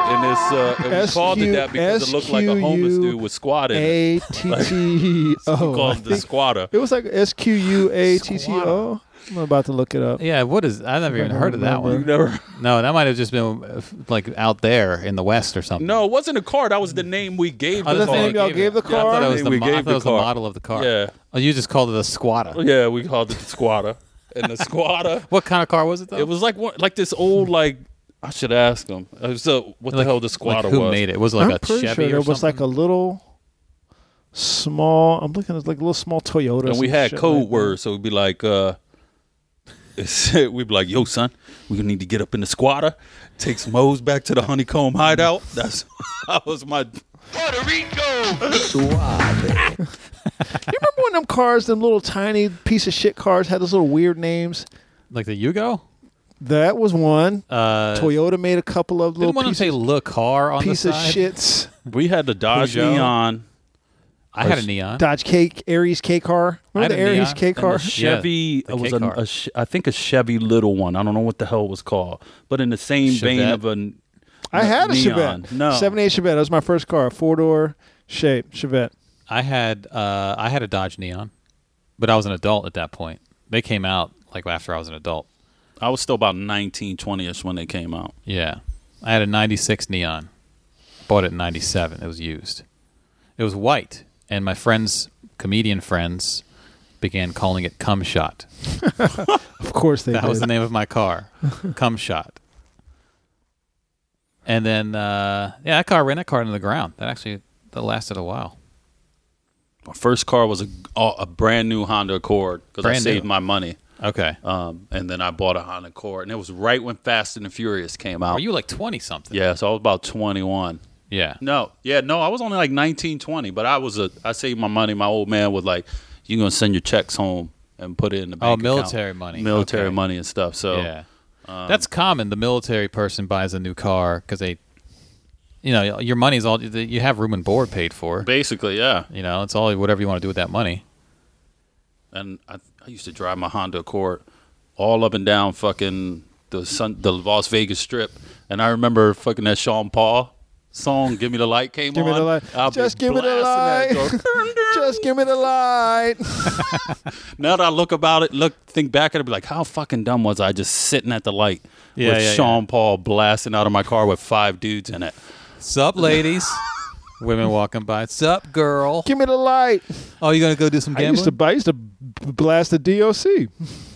A: and it's uh, it was called it that because it looked like a homeless dude was squatted.
F: A T T O.
A: called the Squatter.
F: It was like S Q U A T T O. I'm about to look it up.
D: Yeah, what is? I never even
F: don't
D: heard of that
F: remember.
D: one. Never. No, that might have just been uh, f- like out there in the west or something.
A: No, it wasn't a car. That was the name we gave
D: Oh,
A: the
D: that's
F: the
A: car.
F: name y'all gave the
D: Yeah,
F: car?
D: I thought it was,
A: Name
D: the,
A: we
D: mo- I
A: gave
D: thought it
A: the
D: was the
A: car.
D: model of the car.
A: Yeah.
D: Oh, you just called it a squatta.
A: Yeah, we called it the Squatter. And the Squatter,
D: What kind of car was it though?
A: it was like one- like this old like I should ask him. It was a, what the hell the
D: like
A: Squatter
D: who
A: was?
D: made it? Was it like
F: I'm
D: a
F: pretty
D: Chevy
F: sure there
D: or
F: was
D: something?
F: like a little small. I'm looking at like a little small Toyota. or
A: And we
F: some
A: had
F: shit
A: code
F: like that.
A: words, so we'd be like, uh, it's- we'd be like, "Yo, son, we gonna need to get up in the squatter, take some hoes back to the honeycomb hideout." That's that was my
F: You remember when them cars, them little tiny piece of shit cars, had those little weird names?
D: like the Yugo.
F: That was one.
D: Uh,
F: Toyota made a couple of
D: Didn't
F: little
D: one of them
F: piece,
D: say "look car" on
F: piece
D: the
F: of
D: side?
F: shits.
A: We had the Dodge
D: Peugeot.
A: Neon,
D: I had a neon.
F: Dodge K, Aries K car. Remember the
D: I had a
F: Aries
D: Neon
F: K
D: and the
F: car?
D: sh- Yeah,
A: Chevy.
D: the
A: it was
D: K
A: a,
D: car.
A: a Ch- I think a Chevy little one. I don't know what the hell it was called, but in the same vein
D: Chevette?
A: of a.
F: I had a
A: Neon.
F: Chevette.
A: No,
F: 78 Chevette. That was my first car. Four door shape Chevette.
D: I had uh, I had a Dodge Neon, but I was an adult at that point. They came out like after I was an adult.
A: I was still about 19, 20ish when they came out.
D: Yeah, I had a '96 Neon. Bought it in '97. It was used. It was white, and my friends, comedian friends, began calling it "cum shot."
F: Of course they
D: That
F: did.
D: was the name of my car, "cum shot." And then, uh, yeah, that car ran that car into the ground. That actually that lasted a while.
A: My first car was a, a a brand new Honda Accord because I
D: Brand new.
A: saved my money.
D: Okay.
A: Um, and then I bought a Honda Accord, and it was right when Fast and the Furious came out.
D: Are you like twenty something?
A: yeah, so I was about 21.
D: Yeah.
A: No, yeah, no, I was only like 19, 20, but I was a, I saved my money. My old man was like, "You gonna send your checks home and put it
F: Oh,
A: in the bank." account."
D: military money.
A: military
D: Okay.
A: money and stuff. So
D: yeah. That's common. The military person buys a new car because they, you know, your money's all you have room and board paid for.
A: basically, yeah.
D: You know, it's all whatever you want to do with that money.
A: And I, I used to drive my Honda Accord all up and down fucking the sun, the Las Vegas Strip, and I remember fucking that Sean Paul song "Give Me the Light" came
F: Give
A: on.
F: me the light.
A: I'll be
F: Just give me the
A: blasting that
F: light.
A: joint.
F: Just give me the light.
A: now that I look about it, look, think back at it, be like, how fucking dumb was I just sitting at the light
D: Yeah,
A: with
D: yeah,
A: Sean Paul blasting out of my car with five dudes in it?
D: Sup, ladies. Women walking by. Sup, girl.
F: give me the light.
D: Oh, you gonna go do some
F: I used to
D: gambling?
F: I used to b- blast the DOC.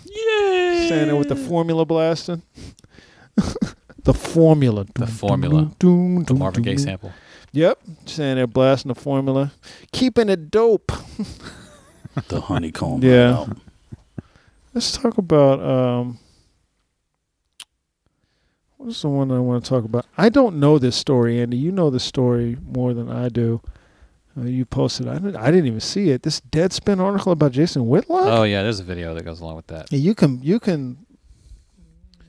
F: Yeah. Standing there with the formula blasting. the formula.
D: The formula.
F: Doom,
D: The Marvin Gaye sample.
F: Yep. Standing there blasting the formula. Keeping it dope.
A: The honeycomb.
F: Yeah.
A: right out.
F: Let's talk about um what's the one I want to talk about? I don't know this story, Andy. You know the story more than I do. Uh, you posted. I didn't, I didn't even see it. This Deadspin article about Jason Whitlock.
D: Oh yeah, there's a video that goes along with that.
F: Yeah, you can you can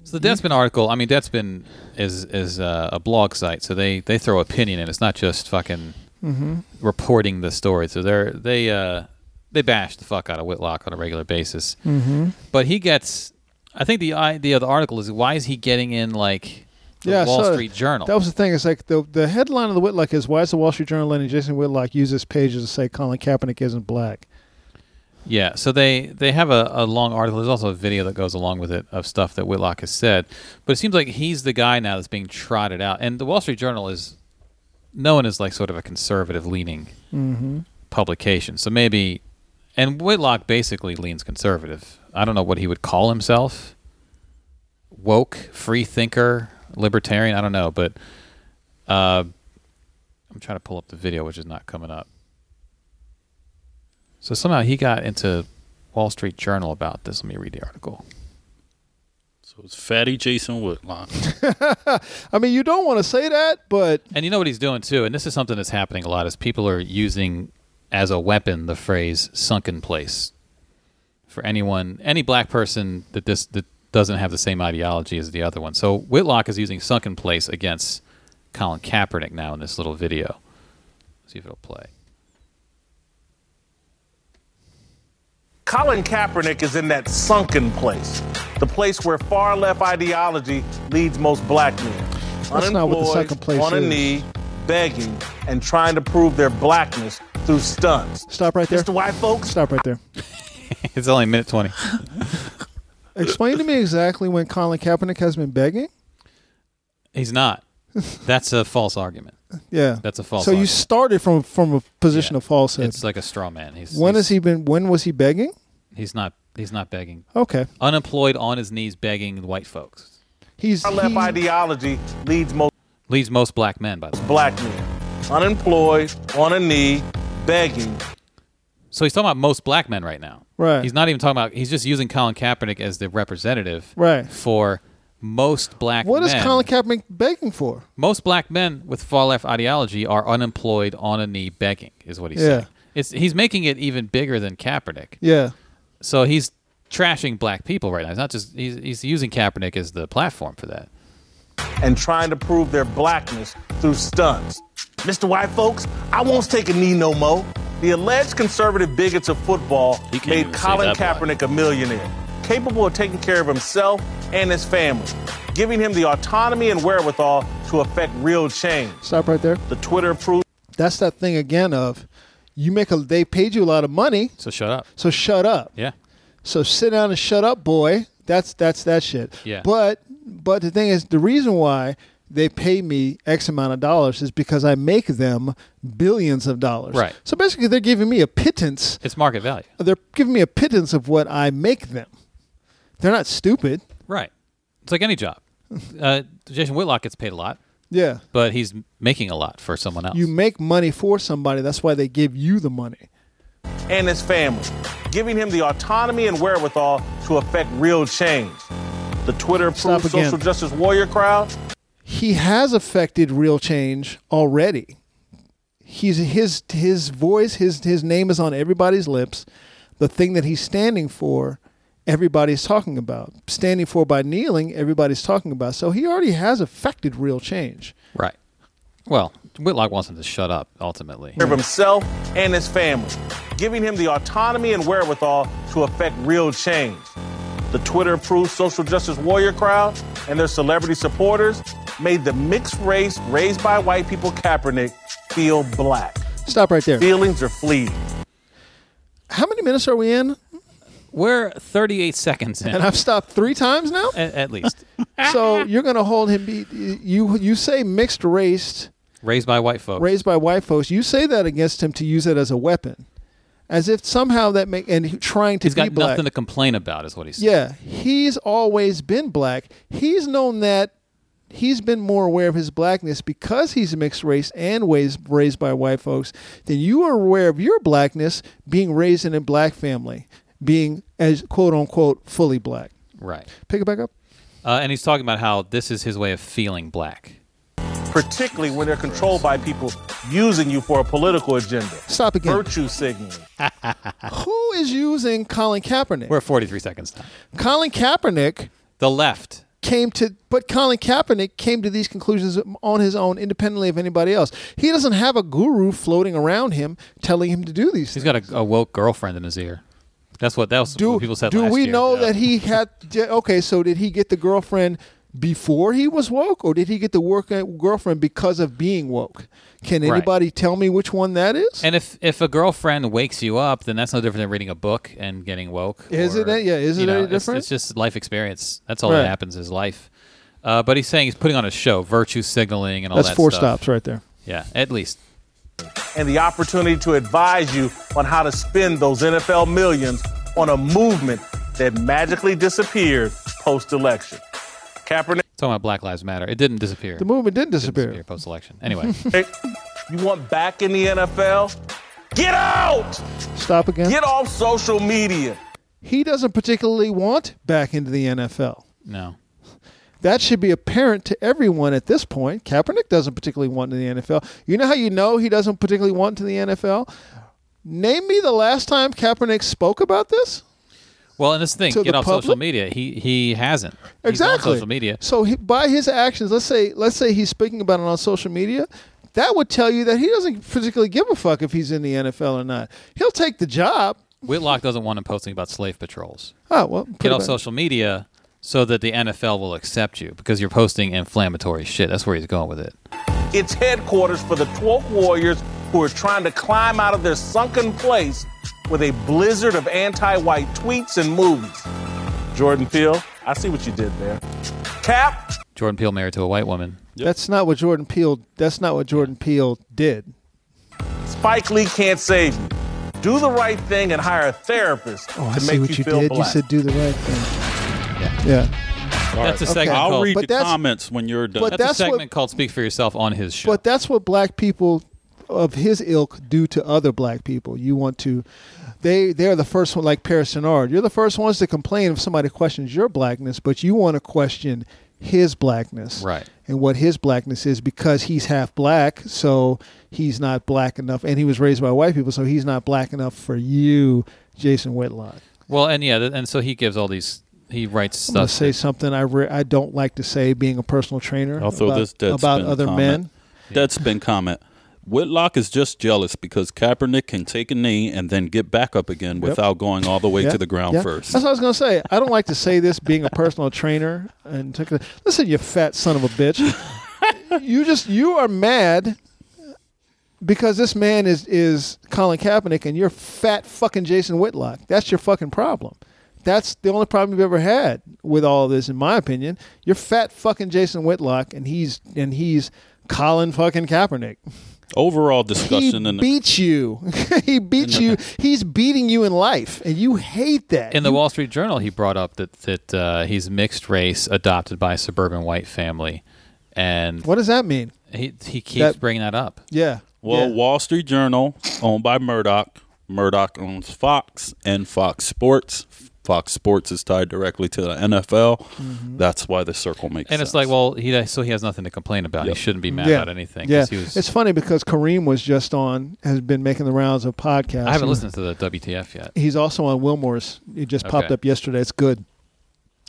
D: So the Deadspin article, I mean, Deadspin is is uh, a blog site, so they they throw opinion in. It's not just fucking reporting the story. So they're they uh, they bash the fuck out of Whitlock on a regular basis. Mm-hmm. But he gets, I think the idea of the article is why is he getting in like the
F: yeah, I saw
D: Wall
F: that.
D: Street Journal?
F: That was the thing. It's like the the headline of the Whitlock is why is the Wall Street Journal letting Jason Whitlock use his pages to say Colin Kaepernick isn't black.
D: Yeah, so they they have a, a long article. There's also a video that goes along with it of stuff that Whitlock has said. But it seems like he's the guy now that's being trotted out. And the Wall Street Journal is known as like sort of a conservative leaning publication. So maybe, and Whitlock basically leans conservative. I don't know what he would call himself woke, free thinker, libertarian. I don't know. But uh, I'm trying to pull up the video, which is not coming up. So somehow he got into Wall Street Journal about this. Let me read the article.
A: So it's Fatty Jason Whitlock.
F: I mean, you don't want to say that, but
D: And you know what he's doing too, and this is something that's happening a lot is people are using as a weapon the phrase sunken place. For anyone any black person that this that doesn't have the same ideology as the other one. So Whitlock is using sunken place against Colin Kaepernick now in this little video. see if it'll play.
E: Colin Kaepernick is in that sunken place, the place where far left ideology leads most black men.
F: That's not what the
E: Unemployed,
F: sunken place
E: on
F: is.
E: a knee, begging, and trying to prove their blackness through stunts.
F: stop right there.
E: Mr. White folks,
F: Stop right there.
D: It's only a minute twenty.
F: Explain to me exactly when Colin Kaepernick has been begging.
D: He's not. That's a false argument.
F: Yeah,
D: That's a false
F: So you
D: argument.
F: started from from a position
D: Yeah.
F: of falsehood.
D: It's like a straw man. He's
F: when
D: he's,
F: has he been? When was he begging?
D: he's not he's not begging
F: Okay,
D: unemployed on his knees begging white folks.
F: he's
E: far left
F: he-
E: ideology leads most
D: Leads most black men, by the way.
E: black men. Unemployed, on a knee, begging,
D: So he's talking about most black men right now.
F: Right.
D: He's not even talking about. He's just using Colin Kaepernick as the representative.
F: Right.
D: For most black
F: What is
D: men.
F: Colin Kaepernick begging for?
D: most black men with far left ideology are unemployed, on a knee, begging. Is what he's
F: Yeah.
D: saying. It's he's making it even bigger than Kaepernick.
F: Yeah,
D: So he's trashing black people right now. It's not just he's he's using Kaepernick as the platform for that.
E: and trying to prove their blackness through stunts. Mr. White folks, I won't take a knee no more. The alleged conservative bigots of football
A: He can't
E: made
A: even say
E: Colin
A: that black.
E: Kaepernick a millionaire, capable of taking care of himself and his family, giving him the autonomy and wherewithal to effect real change.
F: stop right there.
E: The Twitter approved
F: That's that thing again of you make a. They paid you a lot of money,
D: So shut up.
F: so shut up.
D: Yeah.
F: So sit down and shut up, boy. That's that's that shit.
D: Yeah.
F: But but the thing is, the reason why they pay me X amount of dollars is because I make them billions of dollars.
D: Right.
F: So basically, they're giving me a pittance.
D: It's market value.
F: They're giving me a pittance of what I make them. They're not stupid.
D: Right. It's like any job. Uh, Jason Whitlock gets paid a lot.
F: Yeah.
D: but he's making a lot for someone else.
F: You make money for somebody. That's why they give you the money.
E: and his family, giving him the autonomy and wherewithal to affect real change. The Twitter
F: Stop
E: approved
F: again.
E: social justice warrior crowd,
F: He has affected real change already. He's his his voice, his his name is on everybody's lips. The thing that he's standing for, everybody's talking about. Standing for by kneeling, everybody's talking about. So he already has affected real change.
D: right. Well, Whitlock wants him to shut up ultimately.
E: of himself and his family, giving him the autonomy and wherewithal to affect real change. The Twitter approved social justice warrior crowd and their celebrity supporters made the mixed race raised by white people Kaepernick feel black.
F: Stop right there.
E: Feelings are fleeting.
F: How many minutes are we in?
D: We're 38 seconds in
F: And I've stopped three times now.
D: at, at least.
F: So you're going to hold him. Be, you you say mixed race.
D: Raised by white folks.
F: raised by white folks. You say that against him to use it as a weapon, as if somehow that make and he- trying to
D: he's
F: be
D: got
F: black.
D: nothing to complain about, is what he's saying.
F: yeah, he's always been black. He's known that. He's been more aware of his blackness because he's mixed race and was raised by white folks than you are aware of your blackness being raised in a black family, being as quote unquote fully black.
D: Right.
F: Pick it back up.
D: Uh, and he's talking about how this is his way of feeling black.
E: particularly when they're controlled by people using you for a political agenda.
F: Stop again.
E: Virtue signaling.
F: Who is using Colin Kaepernick?
D: We're at 43 seconds now.
F: Colin Kaepernick
D: The left.
F: came to, but Colin Kaepernick came to these conclusions on his own, independently of anybody else. He doesn't have a guru floating around him telling him to do these
D: He's
F: things.
D: got a, a woke girlfriend in his ear. That's what that was
F: do
D: what people said
F: do
D: last
F: we
D: year.
F: know
D: Yeah.
F: that he had? di- Okay, so did he get the girlfriend before he was woke, or did he get the work uh, girlfriend because of being woke? Can
D: Right.
F: anybody tell me which one that is?
D: And if if a girlfriend wakes you up, then that's no different than reading a book and getting woke.
F: Is it a- yeah, is
D: you
F: it any
D: it's-
F: different?
D: It's, just life experience. That's all
F: Right.
D: that happens is life. Uh, but he's saying he's putting on a show, virtue signaling and all
F: That's
D: that
F: four
D: stuff.
F: stops right there.
D: Yeah, at least.
E: And the opportunity to advise you on how to spend those NFL millions on a movement that magically disappeared post election. Kaepernick,
D: Talking about Black Lives Matter. It didn't disappear.
F: The movement didn't disappear.
D: post election. Anyway,
E: you want back in the NFL? Get out!
F: Stop again.
E: Get off social media.
F: He doesn't particularly want back into the NFL.
D: no.
F: That should be apparent to everyone at this point. Kaepernick doesn't particularly want to the NFL. You know how you know he doesn't particularly want to the NFL? Name me the last time Kaepernick spoke about this.
D: Well, and this thing,
F: To
D: get
F: the
D: off social
F: public?
D: media. He he hasn't. He's on
F: Exactly.
D: social media.
F: So he, by his actions, let's say let's say he's speaking about it on social media, that would tell you that he doesn't particularly give a fuck if he's in the NFL or not. He'll take the job.
D: Whitlock doesn't want him posting about slave patrols.
F: Oh well, put
D: Get
F: it
D: off
F: back.
D: social media so that the NFL will accept you because you're posting inflammatory shit. That's where he's going with it.
E: It's headquarters for the Twelve Warriors who are trying to climb out of their sunken place with a blizzard of anti white tweets and movies. Jordan Peele, I see what you did there. Cap,
D: Jordan Peele married to a white woman.
F: That's not what Jordan Peele. That's not what Jordan Peele did.
E: Spike Lee can't save you. Do the right thing and hire a therapist
F: Oh, I
E: to
F: see
E: make
F: what
E: you
F: you,
E: feel
F: did.
E: black.
F: You said do the right thing. Yeah.
D: That's a segment
A: I'll
D: called.
A: read
F: But
A: the
F: that's-
A: comments when you're done.
F: but
D: that's,
F: That's
D: a
F: what-
D: segment called "Speak for Yourself" on his show.
F: But that's what black people of his ilk do to other black people. You want to they they're the first one like Paris Denard. You're the first ones to complain if somebody questions your blackness, but you want to question his blackness.
D: Right.
F: And what his blackness is because he's half black, so he's not black enough and he was raised by white people, so he's not black enough for you, Jason Whitlock.
D: well, and yeah, th- and so he gives all these. He writes
F: I'm gonna
D: stuff.
F: say
D: that-
F: something I re- I don't like to say being a personal trainer
A: I'll throw
F: about,
A: this Deadspin
F: about other
A: comment.
F: men.
A: Deadspin comment. Whitlock is just jealous because Kaepernick can take a knee and then get back up again without going all the way
F: Yeah,
A: to the ground
F: yeah.
A: first.
F: That's what I was gonna say. I don't like to say this being a personal trainer and took it. Listen, you fat son of a bitch. you just you are mad because this man is is Colin Kaepernick and you're fat fucking Jason Whitlock. That's your fucking problem. That's the only problem you've ever had with all this, in my opinion. You're fat fucking Jason Whitlock and he's and he's Colin fucking Kaepernick.
A: Overall discussion
F: He
A: and
F: beat you. he beat you. He's beating you in life, and you hate that.
D: in the Wall Street Journal, he brought up that that uh, he's mixed race, adopted by a suburban white family, and
F: What does that mean?
D: he he keeps
F: That-
D: bringing that up.
F: Yeah.
A: Well,
F: yeah.
A: Wall Street Journal, owned by Murdoch. Murdoch owns Fox and Fox Sports. Fox Sports is tied directly to the NFL.
F: Mm-hmm.
A: That's why the circle makes
D: And it's
A: sense.
D: like, well, he so he has nothing to complain about.
A: Yep.
D: He shouldn't be mad
F: yeah.
D: about anything. 'cause
F: Yeah.
D: he was-
F: it's funny because Kareem was just on, has been making the rounds of podcasts.
D: I haven't
F: He-
D: listened to the WTF yet.
F: He's also on Wilmore's. It just popped
D: Okay.
F: up yesterday. It's good.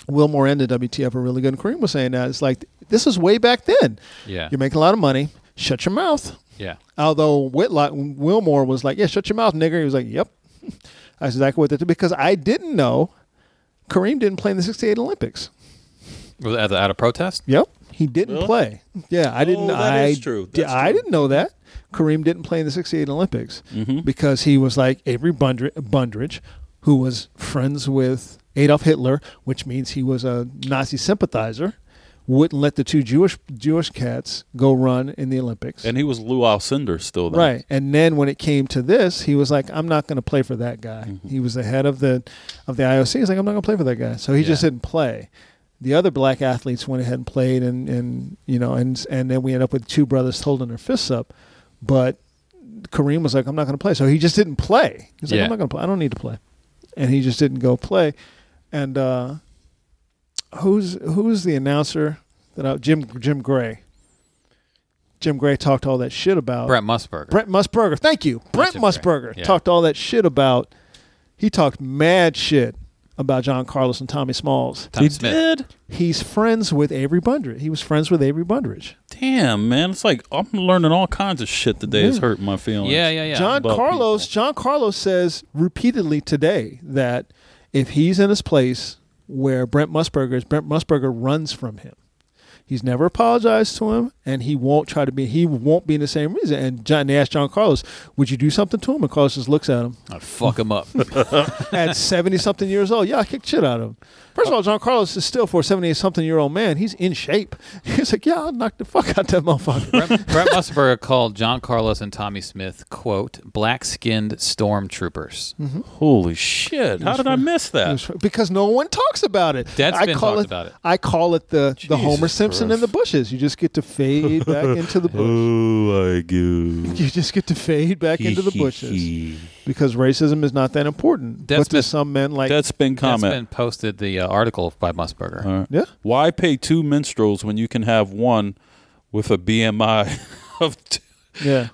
F: Wilmore and the WTF are really good. And Kareem was saying that. It's like, this is way back then.
D: Yeah,
F: You're making a lot of money. Shut your mouth.
D: yeah,
F: Although Whitlock Wilmore was like, "Yeah, shut your mouth, nigger." He was like, "Yep." That's exactly what they did because I didn't know Kareem didn't play in the '68 Olympics.
D: Was it out of, out of protest.
F: Yep, he didn't
A: Really?
F: play. Yeah, I didn't.
A: oh, that
F: I,
A: is true.
F: di-
A: That's
F: I
A: true. Mm-hmm.
F: didn't know that Kareem didn't play in the '68 Olympics because he was like Avery Bundri- Bundridge, who was friends with Adolf Hitler, which means he was a Nazi sympathizer. Wouldn't let the two Jewish Jewish cats go run in the Olympics.
A: and he was Lou Alcindor still there.
F: Right. And then when it came to this, he was like, I'm not going to play for that guy.
D: Mm-hmm.
F: He was the head of the of the IOC. He's like, I'm not going to play for that guy. So he just
D: Yeah.
F: didn't play. The other black athletes went ahead and played, and, and you know, and and then we end up with two brothers holding their fists up. But Kareem was like, I'm not going to play. So he just didn't play. He's like,
D: Yeah.
F: I'm not going to play. I don't need to play. And he just didn't go play. And uh, who's who's the announcer that I, Jim Jim Gray? Jim Gray talked all that shit about
D: Brett Musburger.
F: Brent Musburger. Thank you. Brent
D: Jim Gray.
F: Musburger
D: Yeah.
F: talked all that shit about. He talked mad shit about John Carlos and Tommy Smalls.
D: Tom Smith.
F: He's friends with Avery Bundridge. He was friends with Avery Bundridge.
A: Damn, man. It's like I'm learning all kinds of shit today. It's hurting my feelings.
D: Yeah, yeah, yeah.
F: John
A: about
F: Carlos.
A: people.
F: John Carlos says repeatedly today that if he's in his place where Brent Musburger is, Brent Musburger runs from him. He's never apologized to him, and he won't try to be. He won't be in the same reason. And John, they asked John Carlos, "Would you do something to him?" And Carlos just looks at him.
D: I fuck him up.
F: at 70 something years old. Yeah, I kicked shit out of him. First of all, John Carlos is still for a 78 something year old man. He's in shape. He's like, yeah, I'll knock the fuck out that motherfucker.
D: Brett, Brett Musburger called John Carlos and Tommy Smith quote black skinned stormtroopers.
F: Mm-hmm.
A: Holy shit. How did I miss that?
F: because no one talks about it.
D: Dad's
F: I
D: been
F: call
D: talked
F: it,
D: about it.
F: I call it the, the Homer
A: Jesus
F: Simpson in
A: Christ.
F: the bushes. You just get to fade back into the bush.
A: Oh, I go.
F: You just get to fade back into the bushes because racism is not that important. but
D: That's
F: to
D: been-
F: some men, like
A: Deadspin
D: That's
A: comment.
D: been posted the uh, article by Musburger.
A: All right.
F: yeah,
A: Why pay two minstrels when you can have one with a BMI of two?
F: yeah.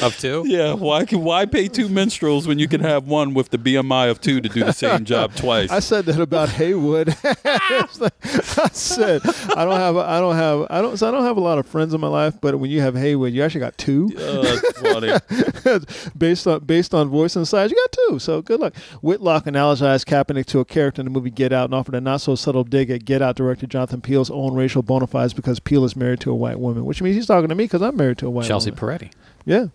D: Up to
A: yeah, why can why pay two minstrels when you can have one with the BMI of two to do the same job twice?
F: I said that about Haywood. I said I don't have I don't have I don't so I don't have a lot of friends in my life, but when you have Haywood, you actually got two.
A: Oh, that's funny.
F: based on based on voice and size, you got two. So good luck. Whitlock analogized Kaepernick to a character in the movie Get Out and offered a not so subtle dig at Get Out director Jonathan Peele's own racial bona fides because Peele is married to a white woman, which means he's talking to me because I'm married to a white
D: Chelsea
F: woman.
D: Peretti,
F: yeah.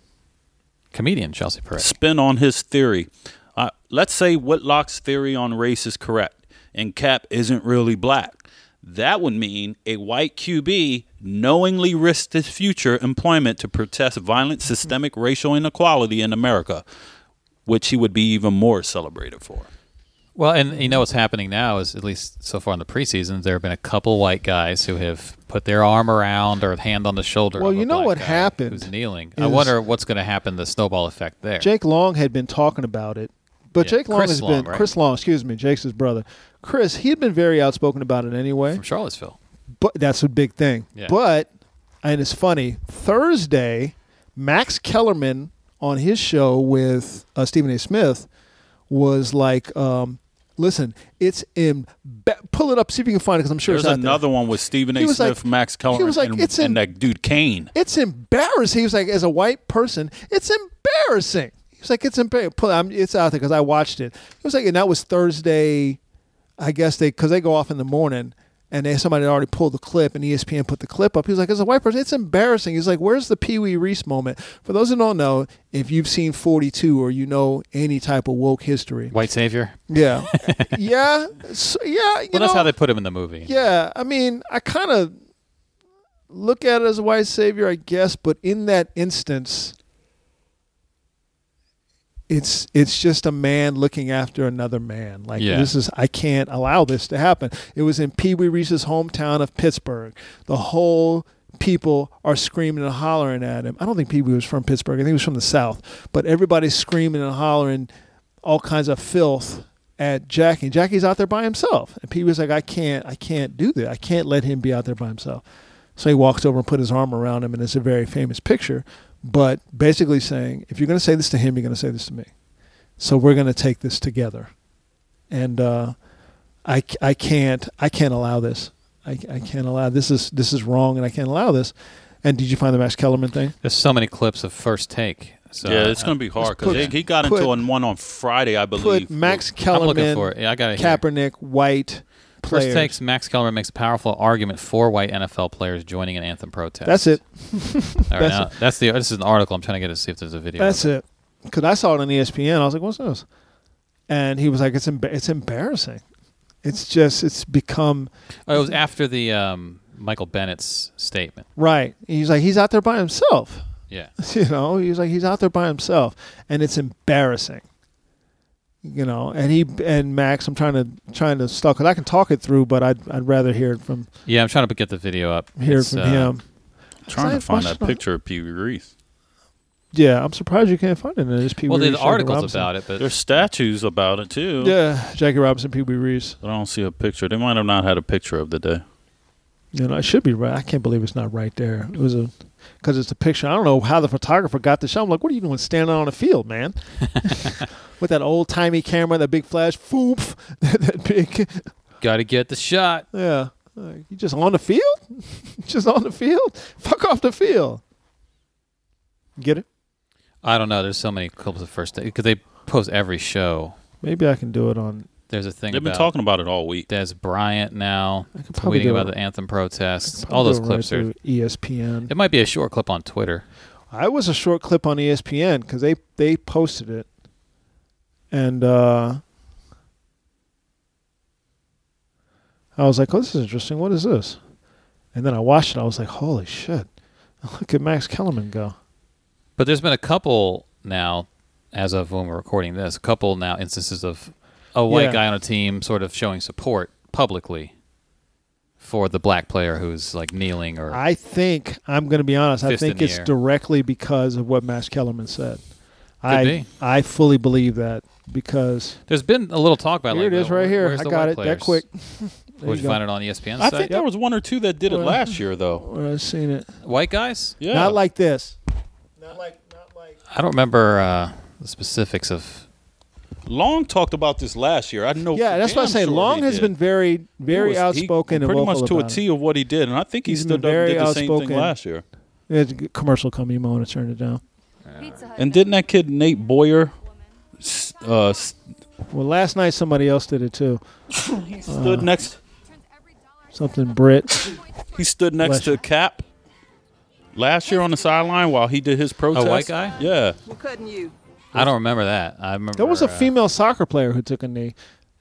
D: comedian Chelsea Peretti.
A: spin on his theory. Uh, let's say Whitlock's theory on race is correct and Cap isn't really black. That would mean a white QB knowingly risked his future employment to protest violent systemic racial inequality in America, which he would be even more celebrated for.
D: Well, and you know what's happening now is at least so far in the preseason, there have been a couple white guys who have put their arm around or hand on the shoulder.
F: Well,
D: of a
F: you know
D: black
F: what
D: guy
F: happened
D: Who's kneeling? I
F: is-
D: wonder what's going to happen. The snowball effect there.
F: Jake Long had been talking about it, but
D: Yeah,
F: Jake Long
D: Chris
F: has
D: Long,
F: been
D: right?
F: Chris Long. Excuse me, Jake's his brother. Chris, he had been very outspoken about it anyway.
D: from Charlottesville.
F: But that's a big thing.
D: Yeah.
F: But and it's funny. Thursday, Max Kellerman on his show with uh, Stephen A. Smith was like, um, "Listen, it's in. pull it up, see if you can find it, because I'm sure
A: There's
F: it's out there.
A: another one with Stephen
F: He
A: A.
F: was
A: Smith,
F: like-
A: Max
F: he
A: Kellerman,
F: was like,
A: and,
F: it's in-
A: and that dude Kane.
F: It's embarrassing. He was like, as a white person, it's embarrassing. He was like, it's embarrassing. I'm, it's out there because I watched it. He was like, and that was Thursday. I guess they because they go off in the morning and they somebody had already pulled the clip and E ESPN put the clip up. He was like, as a white person, it's embarrassing. He's like, where's the Pee Wee Reese moment? For those who don't know, if you've seen 42 or you know any type of woke history,
D: White savior.
F: yeah, yeah, so, yeah. You
D: Well, that's
F: know,
D: how they put him in the movie.
F: yeah, I mean, I kind of look at it as a white savior, I guess, but in that instance, it's it's just a man looking after another man. Like
D: Yeah.
F: this is I can't allow this to happen. It was in Pee Wee Reese's hometown of Pittsburgh. The whole people are screaming and hollering at him. I don't think Pee Wee was from Pittsburgh. I think he was from the South. But everybody's screaming and hollering all kinds of filth at Jackie. Jackie's out there by himself. And Pee Wee's like, I can't I can't do that. I can't let him be out there by himself. So he walks over and put his arm around him, and it's a very famous picture. But basically saying, if you're going to say this to him, you're going to say this to me. So we're going to take this together, and uh, I c- I can't I can't allow this. I, I can't allow this is this is wrong, and I can't allow this. And did you find the Max Kellerman thing?
D: There's so many clips of first take. So
A: yeah, Uh, it's gonna be hard because
F: put-
A: he got
F: put-
A: into an one on Friday, I believe.
F: Put Max
D: I'm looking
F: Kellerman,
D: for it. Yeah, I got it here.
F: Kaepernick, White
D: First
F: players.
D: takes Max Kellerman makes a powerful argument for white NFL players joining an anthem protest.
F: That's it.
D: All right,
F: that's
D: now, that's the. This is an article. I'm trying to get to see if there's a video. of
F: That's it. Because I saw it on E ESPN. I was like, what's this? And he was like, it's, emb- it's embarrassing. It's just, it's become,
D: Oh, it was after the um, Michael Bennett's statement.
F: right. He's like, he's out there by himself.
D: Yeah.
F: You know, he's like, he's out there by himself. And it's embarrassing. You know, and he and Max, I'm trying to trying to stalk because I can talk it through, but I'd I'd rather hear it from
D: Yeah, I'm trying to get the video up.
F: hear it
D: It's,
F: from
D: uh,
F: him.
A: trying
F: I
A: to find
F: watched
A: that
F: it on-
A: picture of Pee Wee Reese.
F: Yeah, I'm surprised you can't find it. in this Pee
D: Well,
F: Wee
D: there's
F: Reese, Jackie
D: articles
F: Robinson.
D: about it, but
A: There's statues about it too.
F: Yeah, Jackie Robinson, Pee Wee Reese.
A: But I don't see a picture. They might have not had a picture of the day.
F: You know, it should be right. I can't believe it's not right there. It was a because it's a picture. I don't know how the photographer got the shot. I'm like, what are you doing standing on a field, man? With that old timey camera, that big flash, foomf, that, that big,
D: got to get the shot.
F: yeah. Like, you just on the field? just on the field? Fuck off the field. Get it?
D: I don't know. There's so many clips of first take because they post every show.
F: Maybe I can do it on.
D: There's a thing
A: They've
D: about
A: been talking about it all week.
D: Des Bryant now
F: could probably
D: tweeting
F: do
D: about
F: it.
D: the anthem protests. All those
F: do it
D: clips
F: right
D: are.
F: through E ESPN.
D: It might be a short clip on Twitter.
F: I was a short clip on E ESPN because they they posted it, and uh, I was like, "Oh, this is interesting. What is this?" And then I watched it. I was like, "Holy shit! Look at Max Kellerman go."
D: But there's been a couple now, as of when we're recording this, a couple now instances of a white
F: Yeah.
D: guy on a team sort of showing support publicly for the black player who's like kneeling or
F: I think I'm going to be honest. I
D: Fist in
F: think
D: the
F: it's
D: air.
F: directly because of what Max Kellerman said. I
D: be.
F: I fully believe that because
D: There's been a little talk about
F: here
D: like,
F: it is
D: well,
F: right here.
D: where's
F: I
D: the
F: got
D: white
F: it
D: players?
F: that quick. There
D: Would
F: you
D: you
F: go.
D: find it on E ESPN?
A: I
D: site?
A: think there was one or two that did it
F: Well-
A: last year though.
F: Well, I've seen it.
D: white guys.
A: Yeah,
F: Not like this. Not like not like.
D: I don't remember uh, the specifics of.
A: Long talked about this last year. I know.
F: Yeah,
A: for
F: that's what I
A: damn
F: say.
A: sure
F: Long
A: he
F: has
A: did.
F: been very,
A: He
F: very
A: was- he-
F: outspoken and
A: pretty
F: vocal
A: much to a
F: about
A: T of what he did, and I think he
F: He's been
A: stood up and
F: very
A: did the same thing
F: outspoken.
A: last year.
F: it. It's a commercial coming, you moment to turn it down.
A: And didn't that kid Nate Boyer s- uh, s-
F: Well, last night somebody else did it too.
A: stood next?
F: Something Brit.
A: He stood next
F: Bless you.
A: to Cap last year on the sideline while he did his protest.
D: white guy?
A: Yeah,
G: couldn't you?
D: I don't remember that. I remember
F: There was a
D: uh,
F: female soccer player who took a knee,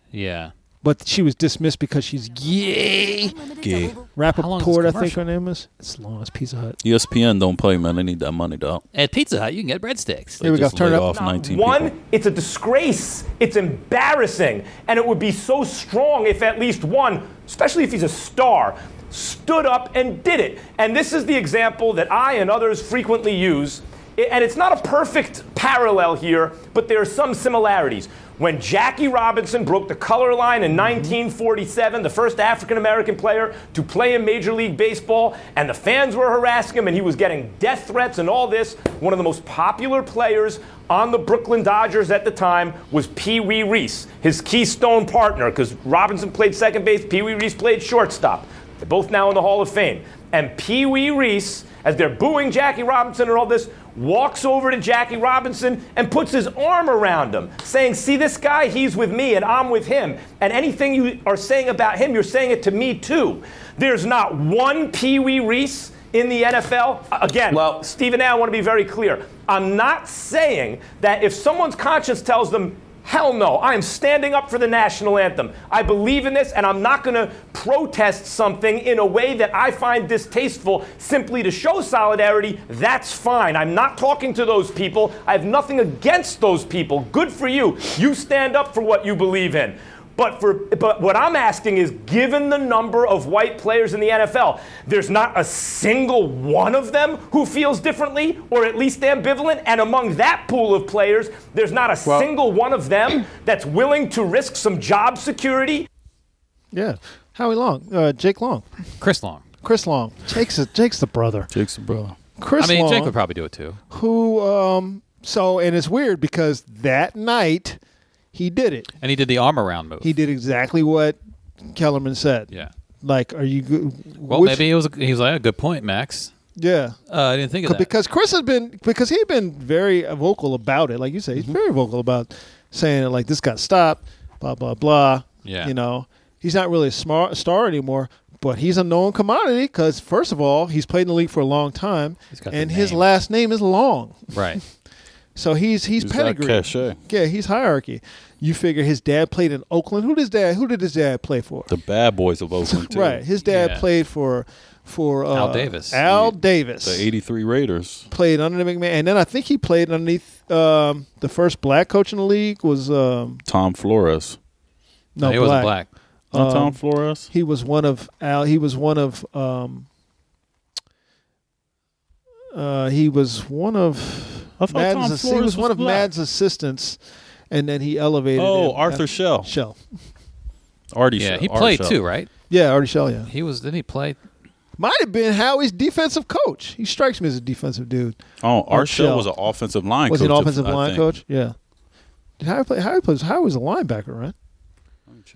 D: yeah.
F: but she was dismissed because she's gay.
A: Gay.
D: long is this
F: Rappaport, I think
D: commercial?
F: her name is. It's long as Pizza Hut.
A: E ESPN don't play, man. They need that money, dog.
D: At Pizza Hut, you can get breadsticks.
F: Here we go.
A: Just
F: Turn
A: laid
F: it up.
A: off 19
H: One,
A: people.
H: it's a disgrace. It's embarrassing. And it would be so strong if at least one, especially if he's a star, stood up and did it. And this is the example that I and others frequently use. I- And it's not a perfect parallel here, but there are some similarities. When Jackie Robinson broke the color line in 1947, the first African American player to play in Major League Baseball, and the fans were harassing him and he was getting death threats and all this, one of the most popular players on the Brooklyn Dodgers at the time was Pee Wee Reese, his keystone partner, because Robinson played second base, Pee Wee Reese played shortstop. They're both now in the Hall of Fame. And Pee Wee Reese, as they're booing Jackie Robinson and all this, walks over to Jackie Robinson and puts his arm around him, saying, See this guy? He's with me and I'm with him. And anything you are saying about him, you're saying it to me too. There's not one Pee Wee Reese in the NFL. Again, well, Stephen, A, I want to be very clear. I'm not saying that if someone's conscience tells them Hell no. I am standing up for the national anthem. I believe in this, and I'm not going to protest something in a way that I find distasteful simply to show solidarity. That's fine. I'm not talking to those people. I have nothing against those people. Good for you. You stand up for what you believe in. But for but what I'm asking is given the number of white players in the NFL, there's not a single one of them who feels differently or at least ambivalent and among that pool of players, there's not a single one of them that's willing to risk some job security.
F: Yeah. Howie Long, uh, Jake Long,
D: Chris Long.
F: Chris Long. Jake's a, Jake's the brother.
A: Jake's brother.
F: Chris
D: I mean,
F: Long,
D: Jake would probably do it too.
F: who um so and it's weird because that night he did it.
D: And he did the arm around move.
F: He did exactly what Kellerman said.
D: yeah.
F: Like, are you? go-
D: Well,
F: which-
D: maybe it was. He was like, "Oh, "Good point, Max."
F: Yeah.
D: Uh, I didn't think of that.
F: because Chris has been because he'd been very vocal about it. Like you say, he's
D: Mm-hmm.
F: very vocal about saying like this got stopped, blah blah blah.
D: Yeah.
F: you know, he's not really a smart star anymore, but he's a known commodity because first of all, he's played in the league for a long time,
D: He's got the
F: and his
D: name.
F: last name is long,
D: right.
F: so he's he's,
A: He's got
F: pedigree.
A: cachet.
F: Yeah, he's hierarchy. You figure his dad played in Oakland. Who does dad? Who did his dad play for?
A: The bad boys of Oakland, too.
F: right, his dad
D: Yeah.
F: played for for uh,
D: Al Davis.
F: Al Davis,
A: The 83 Raiders.
F: played under McMahon, and then I think he played underneath um, the first black coach in the league was um,
A: Tom Flores.
F: no
D: he
F: black.
D: wasn't black.
A: Not
F: Uh,
A: Tom Flores?
F: He was one of Al. He was one of. Um, uh, he was one of
A: I thought Tom
F: Madden's. he
A: Flores
F: was one
A: was
F: of
A: black.
F: Madden's assistants, and then he elevated.
A: Oh,
F: him.
A: Arthur
F: Uh,
A: Shell.
F: Shell.
A: Artie
D: Yeah,
A: Shell.
D: he
A: Art
D: played
A: Shell.
D: too, right?
F: Yeah, Artie Shell. Yeah,
D: He was. Didn't he play?
F: might have been Howie's defensive coach. He strikes me as a defensive dude.
A: Oh, Art
F: Shell.
A: Shell was an offensive line
F: Was he
A: coach.
F: an offensive
A: I
F: line
A: think.
F: coach? Yeah. Did Howie play? Howie plays. Howie was a linebacker, right?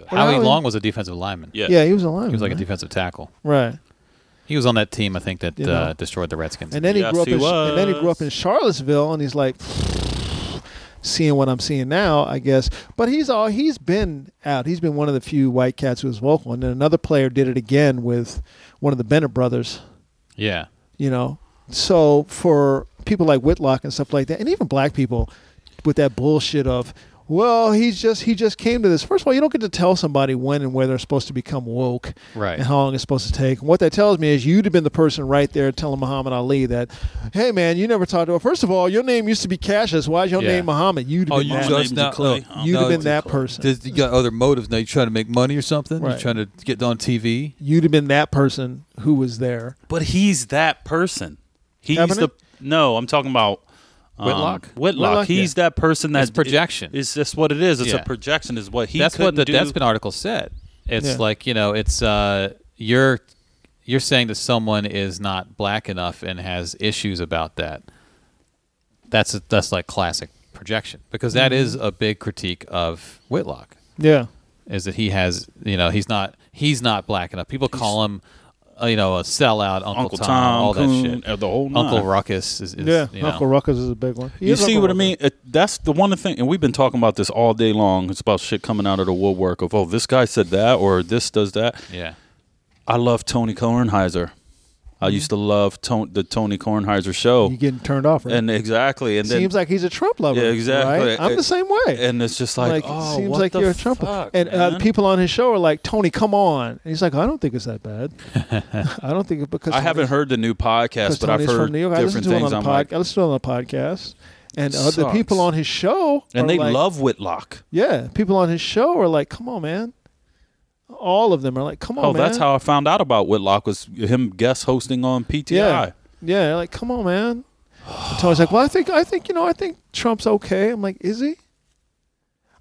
D: Howie
F: Howie-
D: Long was a defensive lineman.
A: Yeah.
F: Yeah, he was a lineman.
D: He was like a
F: right?
D: defensive tackle.
F: Right.
D: He was on that team, I think, that
F: You know.
D: uh, destroyed the Redskins.
F: And then he
A: Yes,
F: grew up
A: he
F: in, and then he grew up
A: was.
F: in Charlottesville and he's like seeing what I'm seeing now, I guess. But he's all he's been out. He's been one of the few white cats who was vocal. And then another player did it again with one of the Bennett brothers,
D: yeah.
F: you know. So for people like Whitlock and stuff like that, and even black people with that bullshit of well, he's just he just came to this. First of all, you don't get to tell somebody when and where they're supposed to become woke,
D: Right.
F: And how long it's supposed to take. And what that tells me is you'd have been the person right there telling Muhammad Ali that, hey man, you never talked to. Well, first of all, your name used to be Cassius. Why is your
D: Yeah.
F: name Muhammad? You'd have
A: Oh,
F: been
A: you
F: that,
A: just- now- no,
F: you'd have been
A: it's
F: that
A: close.
F: person.
C: Does, you got other motives now. You're trying to make money or something.
F: Right.
C: You're trying to get on TV.
F: you'd have been that person who was there.
A: But he's that person. He's
F: Kaepernick?
A: the no. I'm talking about um,
D: Whitlock?
A: Whitlock.
F: Whitlock,
A: He's that person that's
D: It's projection.
A: It's just what it is. It's
D: Yeah.
A: a projection. Is what he.
D: that's what
A: couldn't
D: the
A: do.
D: Deadspin article said. It's
F: Yeah.
D: like you know, it's uh, you're you're saying that someone is not black enough and has issues about that. That's a, that's like classic projection because that
F: Mm-hmm.
D: is a big critique of Whitlock
F: Yeah,
D: is that he has you know he's not he's not black enough. People call him uh, you know a sellout, Uncle,
A: Uncle
D: Tom,
A: Tom,
D: all
A: Coon,
D: that shit.
A: uh, the whole
D: Uncle
A: nine.
D: Ruckus is, is
F: yeah.
D: you know,
F: Uncle Ruckus is a big one. He
A: You
F: is
A: see
F: Uncle
A: what I
F: Ruckus.
A: mean? It, that's the one thing, and we've been talking about this all day long. It's about shit coming out of the woodwork of oh, this guy said that or this does that.
D: yeah.
A: I love Tony Kornheiser. I used to love Ton the Tony Kornheiser show.
F: Mm-hmm. You getting turned off? Right?
A: and exactly, and then
F: seems like he's a Trump lover.
A: Yeah, exactly.
F: right? I'm
A: It-
F: the same way.
A: and it's just like,
F: like,
A: oh,
F: it seems
A: what
F: like
A: the
F: you're a Trump.
A: fuck,
F: and uh,
A: man?
F: people on his show are like, Tony, come on. And he's like, I don't think it's that bad. I don't think it because
A: I haven't
F: Tony's-
A: heard the new podcast,
F: because
A: but I've
F: Tony's
A: heard
F: from New York. I listen
A: different
F: to him
A: things.
F: on
A: I'm
F: the
A: like,
F: podcast. I listen to him on the podcast, and uh, the
A: Sucks.
F: people on his show
A: and
F: are
A: they
F: like-
A: love Whitlock.
F: Yeah, people on his show are like, come on, man. All of them are like, come on,
A: Oh, that's
F: man.
A: how I found out about Whitlock was him guest hosting on PTI.
F: Yeah, yeah. they're Like, come on, man. And Tony's like, well, I think, I think, you know, I think Trump's okay. I'm like, is he?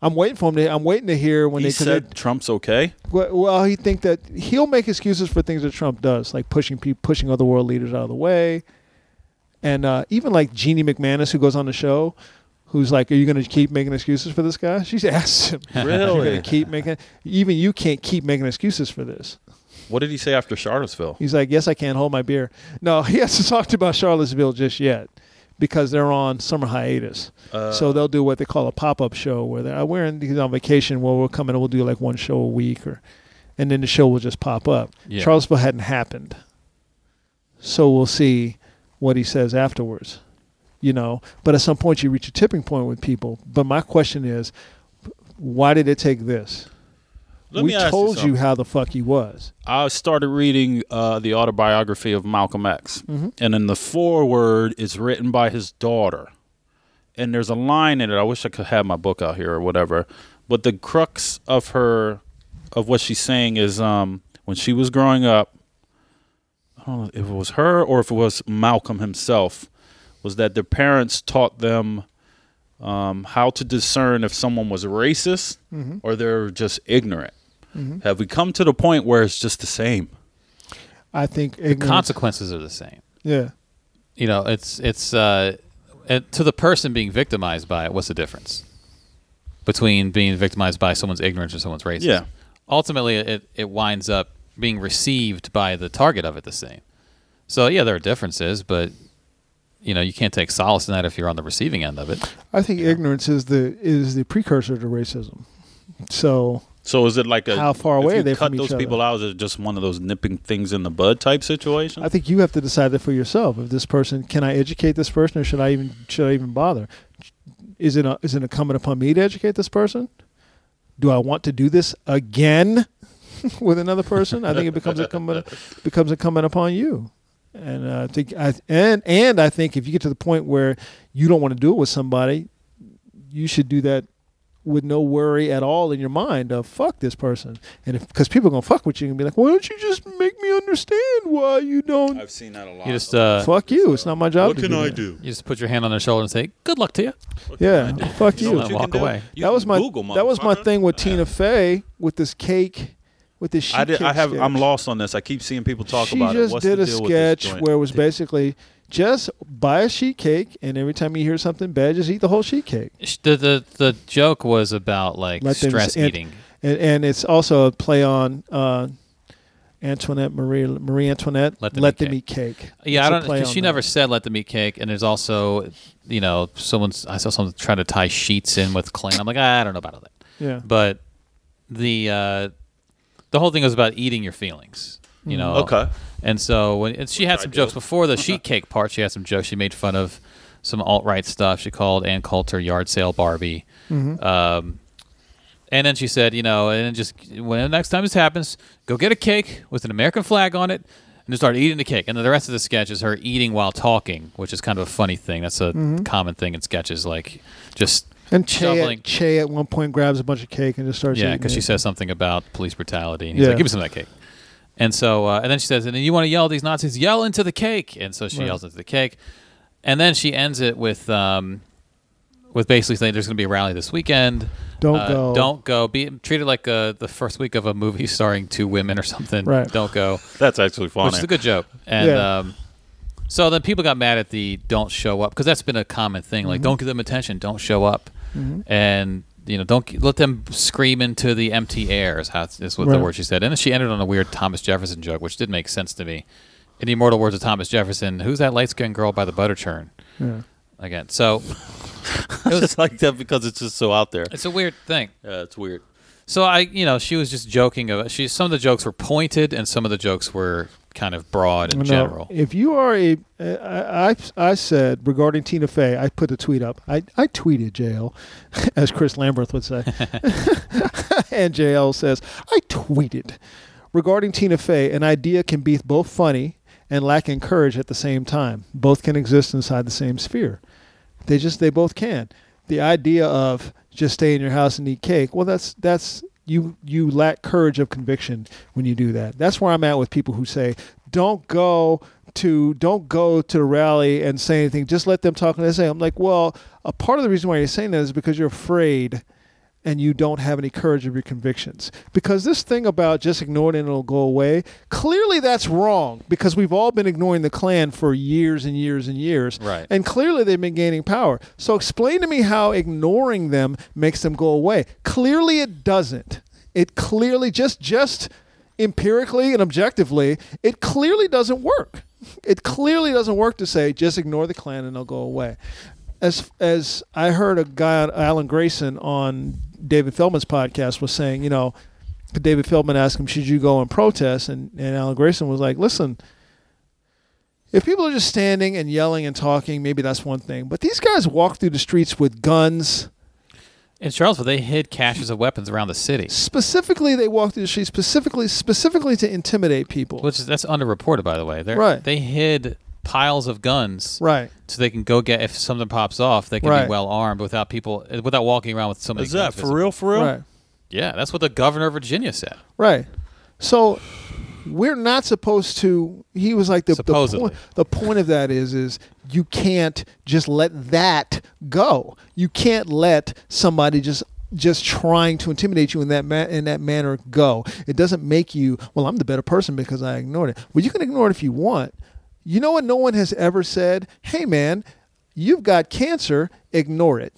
F: I'm waiting for him to. I'm waiting to hear when
A: he
F: they 'cause they-
A: said Trump's okay.
F: Well, well, he think that he'll make excuses for things that Trump does, like pushing people, pushing other world leaders out of the way, and uh, even like Jeannie McManus, who goes on the show, who's like, "Are you going to keep making excuses for this guy?" She's asked him, "Are you going to keep making? Even you can't keep making excuses for this."
A: What did he say after Charlottesville?
F: He's like, "Yes, I can't hold my beer." No, he hasn't talked about Charlottesville just yet because they're on summer hiatus.
A: Uh.
F: so they'll do what they call a pop-up show where they're we're in, he's on vacation. Well, we'll come in and we'll do like one show a week, or and then the show will just pop up.
D: Yeah.
F: Charlottesville hadn't happened, so we'll see what he says afterwards. You know, but at some point you reach a tipping point with people. But my question is, why did it take this?
A: Let
F: we
A: me ask
F: told
A: you
F: you how the fuck he was.
A: I started reading uh, the autobiography of Malcolm X, and in the foreword, it's written by his daughter. And there's a line in it. I wish I could have my book out here or whatever. But the crux of her, of what she's saying is, um, when she was growing up, I don't know if it was her or if it was Malcolm himself, was that their parents taught them um, how to discern if someone was racist or they're just ignorant. Mm-hmm. Have we come to the point where it's just the same?
F: I think
D: The consequences are the same.
F: Yeah,
D: You know, it's it's uh, and to the person being victimized by it. What's the difference between being victimized by someone's ignorance or someone's racism?
A: Yeah.
D: Ultimately, it it winds up being received by the target of it the same. So yeah, there are differences, but you know you can't take solace in that if you're on the receiving end of it.
F: I think ignorance is the is the precursor to racism. So
A: So is it like a
F: How far
A: if
F: away
A: you
F: are they
A: cut
F: from each
A: those
F: other?
A: people out? Is it just one of those nipping things in the bud type situations?
F: I think you have to decide that for yourself. If this person, can I educate this person, or should I even should I even bother? Is it is it incumbent upon me to educate this person? Do I want to do this again with another person? I think it becomes incumbent becomes incumbent upon you. And uh, I think I and and I think if you get to the point where you don't want to do it with somebody, you should do that with no worry at all in your mind of fuck this person and if because people are gonna fuck with you and be like why don't you just make me understand why you don't
A: I've seen that a lot.
D: You just uh,
F: fuck you it's not my job to that.
D: you just put your hand on their shoulder and say, "Good luck to you."
F: yeah fuck you,
D: know what you Walk can do? away.
A: You
F: that
A: can
F: was my
A: Google,
F: that was my
A: motherfucker.
F: thing with Tina Fey with this cake with this sheet
A: I, did,
F: cake
A: I have.
F: sketch.
A: I'm lost on this. I keep seeing people talk
F: she
A: about
F: just
A: it. What's
F: did
A: the
F: a
A: deal with this
F: sketch
A: joint?
F: where it was basically just buy a sheet cake and every time you hear something bad just eat the whole sheet cake
D: Sh- The the the joke was about like
F: Let them
D: stress
F: s- ant-
D: eating.
F: and, and it's also a play on uh, Antoinette Marie Marie Antoinette.
D: Let them eat
F: eat cake. It's a
D: Yeah, I don't.
F: play
D: Cause
F: on
D: she
F: that.
D: never said let them eat cake, and there's also, you know, someone's. I saw someone trying to tie sheets in with cling. I'm like, "Ah, I don't know about all that.
F: Yeah,
D: But the uh, the whole thing was about eating your feelings. You know.
A: Okay.
D: And so when and she had some jokes before the sheet cake part, she had some jokes. She made fun of some alt right stuff. She called Ann Coulter yard sale Barbie. Um, and then she said, you know, and then just when the next time this happens, go get a cake with an American flag on it and just start eating the cake. And then the rest of the sketch is her eating while talking, which is kind of a funny thing. That's a common thing in sketches, like just
F: and Che
D: shoveling-
F: at, che at one point grabs a bunch of cake and just starts.
D: yeah,
F: eating
D: because she
F: it.
D: says something about police brutality, and he's
F: Yeah.
D: like, "Give me some of that cake." And so, uh, and then she says, "And then you want to yell at these Nazis? Yell into the cake!" And so she yells into the cake, and then she ends it with, um, with basically saying, "There's going to be a rally this weekend.
F: Don't
D: Uh,
F: go."
D: Don't go. Be treated like uh, the first week of a movie starring two women or something.
F: Right.
D: Don't go."
A: That's actually funny.
D: which is a good joke. And
F: Yeah.
D: um, so then people got mad at the don't show up because that's been a common thing.
F: Mm-hmm.
D: Like, don't give them attention, don't show up, and you know, don't g- let them scream into the empty air. Is how is what the
F: Right.
D: word she said. And then she ended on a weird Thomas Jefferson joke, which did make sense to me. In the immortal words of Thomas Jefferson, "Who's that light skinned girl by the butter churn?" Again, so it
A: I
D: was,
A: just like that because it's just so out there.
D: it's a weird thing.
A: Yeah, it's weird.
D: So I, you know, she was just joking. About, she some of the jokes were pointed, and some of the jokes were kind of broad and
F: No,
D: general.
F: If you are a, I, I, I said regarding Tina Fey, I put a tweet up. I, I tweeted JL, as Chris Lamberth would say. and JL says, I tweeted regarding Tina Fey, an idea can be both funny and lacking courage at the same time. Both can exist inside the same sphere. They just, they both can. The idea of just stay in your house and eat cake, well, that's, that's, you, you lack courage of conviction when you do that. That's where I'm at with people who say, don't go to don't go to the rally and say anything. Just let them talk and they say. I'm like, well, a part of the reason why you're saying that is because you're afraid and you don't have any courage of your convictions. Because this thing about just ignore it and it'll go away, clearly that's wrong because we've all been ignoring the Klan for years and years and years.
D: Right.
F: And clearly they've been gaining power. So explain to me how ignoring them makes them go away. Clearly it doesn't. It clearly just just empirically and objectively, it clearly doesn't work. It clearly doesn't work to say just ignore the Klan and they'll go away. As as I heard a guy, Alan Grayson, on David Feldman's podcast was saying, you know, David Feldman asked him, "Should you go and protest?" and and Alan Grayson was like, "Listen." If people are just standing and yelling and talking, maybe that's one thing. But these guys walk through the streets with guns,
D: In Charlottesville, they hid caches of weapons around the city,
F: Specifically, they walked through the streets specifically, specifically to intimidate people.
D: which is that's underreported, by the way. They're,
F: Right.
D: They hid piles of guns,
F: Right.
D: So they can go get if something pops off, they can
F: Right.
D: be well armed without people without walking around with so many.
A: Is that
D: guns
A: for
D: visible.
A: real? For real?
F: Right.
D: Yeah, that's what the governor of Virginia said.
F: Right. So we're not supposed to. He was like the the,
D: Supposedly.
F: point, the point of that is is you can't just let that go. You can't let somebody just just trying to intimidate you in that ma- in that manner go. It doesn't make you well. I'm the better person because I ignored it. Well, you can ignore it if you want. You know what? No one has ever said, "Hey, man, you've got cancer. Ignore it."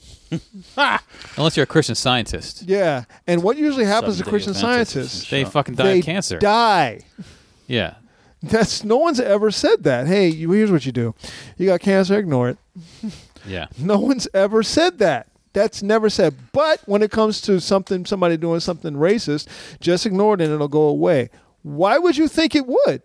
D: Unless you're a Christian scientist,
F: Yeah. And what usually happens to
D: Something
F: Christian
D: Adventists.
F: scientists?
D: they fucking die
F: they
D: of cancer.
F: Die.
D: yeah,
F: That's no one's ever said that. Hey, you, here's what you do: you got cancer, ignore it.
D: yeah.
F: No one's ever said that. That's never said. But when it comes to something, somebody doing something racist, just ignore it and it'll go away. Why would you think it would?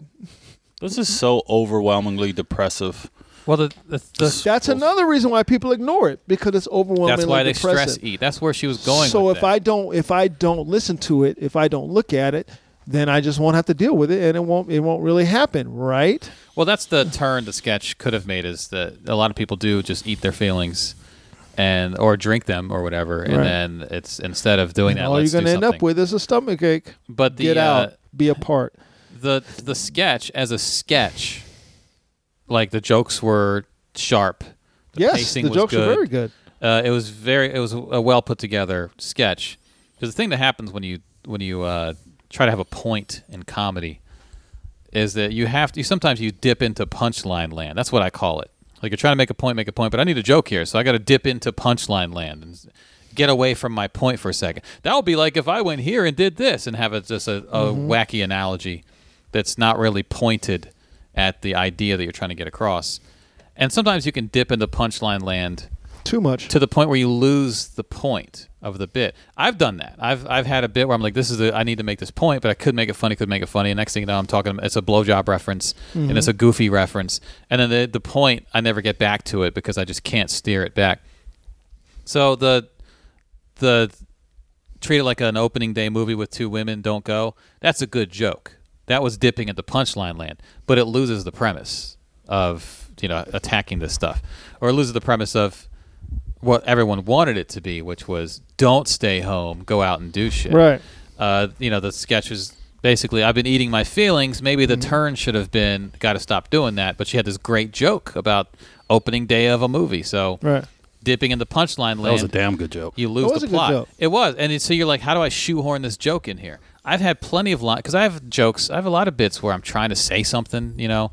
A: This is so overwhelmingly depressive.
D: Well, the, the, the
F: That's another reason why people ignore it because it's overwhelmingly
D: that's why they
F: depressive.
D: stress eat. That's where she was going.
F: So
D: with
F: if
D: that.
F: I don't if I don't listen to it, if I don't look at it, then I just won't have to deal with it, and it won't it won't really happen, right?
D: Well, that's the turn the sketch could have made is that a lot of people do just eat their feelings and or drink them or whatever, and
F: Right.
D: then it's instead of doing that,
F: All
D: let's
F: you're
D: do
F: going to end up
D: something.
F: with is a stomach ache.
D: But the,
F: get
D: uh,
F: out, be apart.
D: the the sketch as a sketch, like the jokes were sharp. The
F: Yes,
D: pacing
F: the
D: was
F: jokes
D: good.
F: are very good.
D: Uh, it was very it was a well put together sketch because the thing that happens when you when you uh, try to have a point in comedy is that you have to sometimes you dip into punchline land that's what i call it like you're trying to make a point make a point but i need a joke here so i got to dip into punchline land and get away from my point for a second that would be like if i went here and did this and have a, just a, a wacky analogy that's not really pointed at the idea that you're trying to get across and sometimes you can dip into punchline land
F: Too much.
D: to the point where you lose the point of the bit. I've done that. I've I've had a bit where I'm like, this is a, I need to make this point, but I could make it funny, could make it funny. And next thing you know, I'm talking. It's a blowjob reference, and it's a goofy reference, and then the the point I never get back to it because I just can't steer it back. So the the treat it like an opening day movie with two women don't go. That's a good joke. That was dipping at the punchline land, but it loses the premise of you know attacking this stuff, or it loses the premise of what everyone wanted it to be, which was don't stay home, go out and do shit.
F: Right.
D: Uh, you know the sketch was basically I've been eating my feelings. Maybe
F: Mm-hmm.
D: the turn should have been got to stop doing that. But she had this great joke about opening day of a movie. So
F: Right.
D: dipping in the punchline land
A: That was a damn good joke.
D: you lose
F: It was
D: the
F: a good
D: plot.
F: joke.
D: It was, and it, so you're like, how do I shoehorn this joke in here? I've had plenty of lines because I have jokes. I have a lot of bits where I'm trying to say something, you know,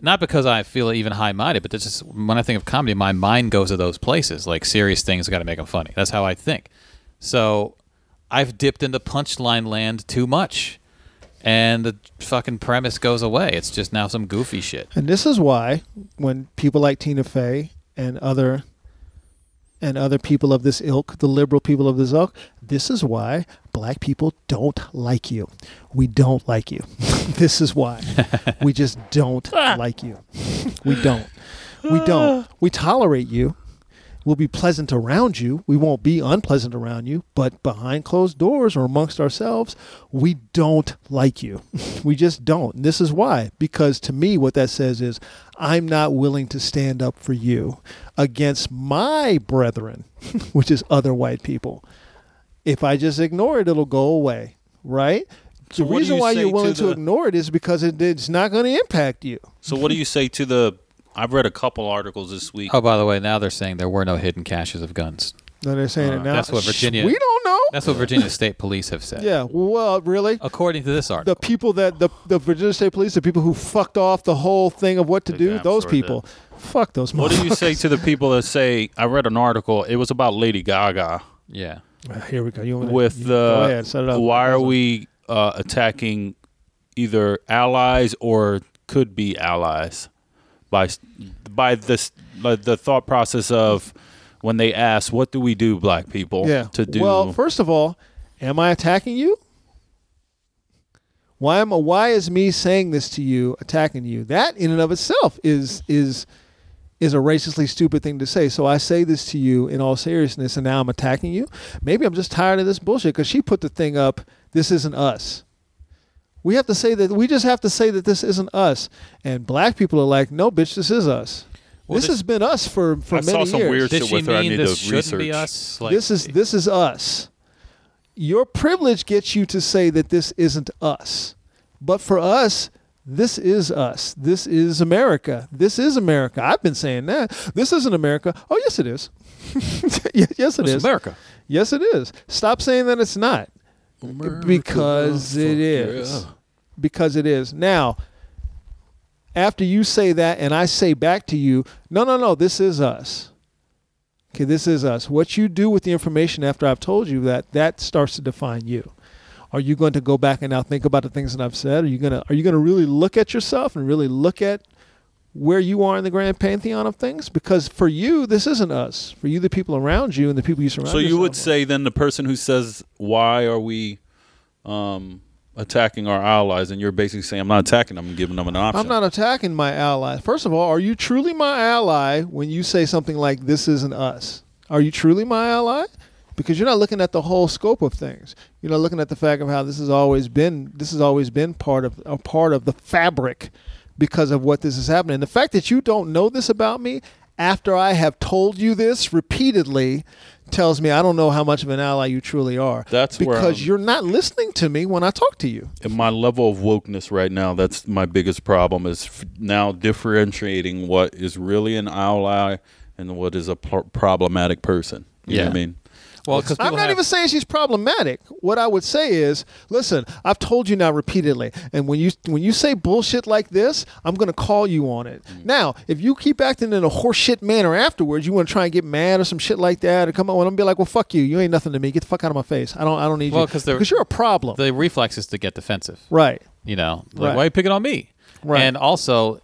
D: not because I feel even high minded, but that's just when I think of comedy, my mind goes to those places. Like serious things, got to make them funny. That's how I think. So I've dipped into punchline land too much, and the fucking premise goes away. It's just now some goofy shit.
F: And this is why when people like Tina Fey and other and other people of this ilk, the liberal people of this ilk, this is why black people don't like you. We don't like you. this is why. we just don't like you. We don't. We don't. We tolerate you. We'll be pleasant around you. We won't be unpleasant around you, but behind closed doors or amongst ourselves, we don't like you. we just don't. And this is why. Because to me, what that says is, I'm not willing to stand up for you against my brethren, which is other white people. If I just ignore it, it'll go away, right?
A: So
F: the
A: what do
F: reason
A: you
F: why
A: say
F: you're willing
A: to
F: to,
A: the-
F: ignore it is because it, it's not going to impact you.
A: So what do you say to the? I've read a couple articles this week.
D: Oh, by the way, now they're saying there were no hidden caches of guns.
F: No, they're saying it
A: Uh,
F: now.
D: that's what Virginia-
F: We don't know.
D: That's what Virginia State Police have said.
F: yeah. Well, really.
A: Oh.
D: According to this article.
F: the people that the the Virginia State Police, the people who fucked off the whole thing of what to do,
A: damn
F: those
A: sure
F: people, fuck those.
A: What do
F: motherfuckers.
A: you say to the people that say? I read an article. It was about Lady Gaga
D: yeah.
F: Here we go. You wanna,
A: with
F: you-
A: the.
F: go ahead, set it up.
A: Why are we uh, attacking either allies or could be allies by s- by this by the thought process of when they ask what do we do black people
F: Yeah.
A: to do
F: well? First of all, am I attacking you? Why am why is me saying this to you attacking you? That in and of itself is is is a racistly stupid thing to say. So I say this to you in all seriousness, and now I'm attacking you. Maybe I'm just tired of this bullshit because she put the thing up. This isn't us. We have to say that. We just have to say that this isn't us. And black people are like, no, bitch, this is us. this, has been us for for
A: I
F: many
A: saw some
F: years.
A: weird
D: Did
A: shit
D: she
A: with her. I
D: mean
A: need
D: this
A: to
D: shouldn't
A: research.
D: be us? Like,
F: this is this is us. Your privilege gets you to say that this isn't us. But for us, this is us. This is America. This is America. I've been saying that. This isn't America. Oh, yes, it is. Y- yes, it
D: it's
F: is.
D: America.
F: Yes, it is. Stop saying that it's not. because it
C: America,
F: is.
C: yeah.
F: Because it is. Now, after you say that and I say back to you, no, no, no, this is us. Okay, this is us. What you do with the information after I've told you that, that starts to define you. Are you going to go back and now think about the things that I've said? Are you gonna are you gonna really look at yourself and really look at where you are in the grand pantheon of things? Because for you, this isn't us. For you, the people around you and the people you surround.
A: So you would
F: yourself with.
A: say then the person who says why are we um, attacking our allies, and you're basically saying I'm not attacking them, I'm giving them an option.
F: I'm not attacking my ally. First of all, are you truly my ally when you say something like this isn't us? Are you truly my ally? Because you're not looking at the whole scope of things. You're not looking at the fact of how this has always been this has always been part of a part of the fabric because of what this is happening. The fact that you don't know this about me after I have told you this repeatedly tells me I don't know how much of an ally you truly are.
A: That's where
F: because
A: I'm-
F: you're not listening to me when I talk to you.
A: At my level of wokeness right now, that's my biggest problem is f- now differentiating what is really an ally and what is a pro- problematic person. You know what I
D: Yeah.
A: mean?
D: Well, because
F: I'm not even saying she's problematic. What I would say is, listen, I've told you now repeatedly, and when you when you say bullshit like this, I'm going to call you on it.
D: Mm.
F: Now, if you keep acting in a horseshit manner afterwards, you want to try and get mad or some shit like that, or come on, I'm gonna be like, well, fuck you, you ain't nothing to me. Get the fuck out of my face. I don't, I don't need
D: Well,
F: you
D: 'cause they're-
F: because you're a problem,
D: the reflex is to get defensive.
F: right?
D: You know, like
F: Right.
D: why are you picking on me?
F: Right.
D: And also,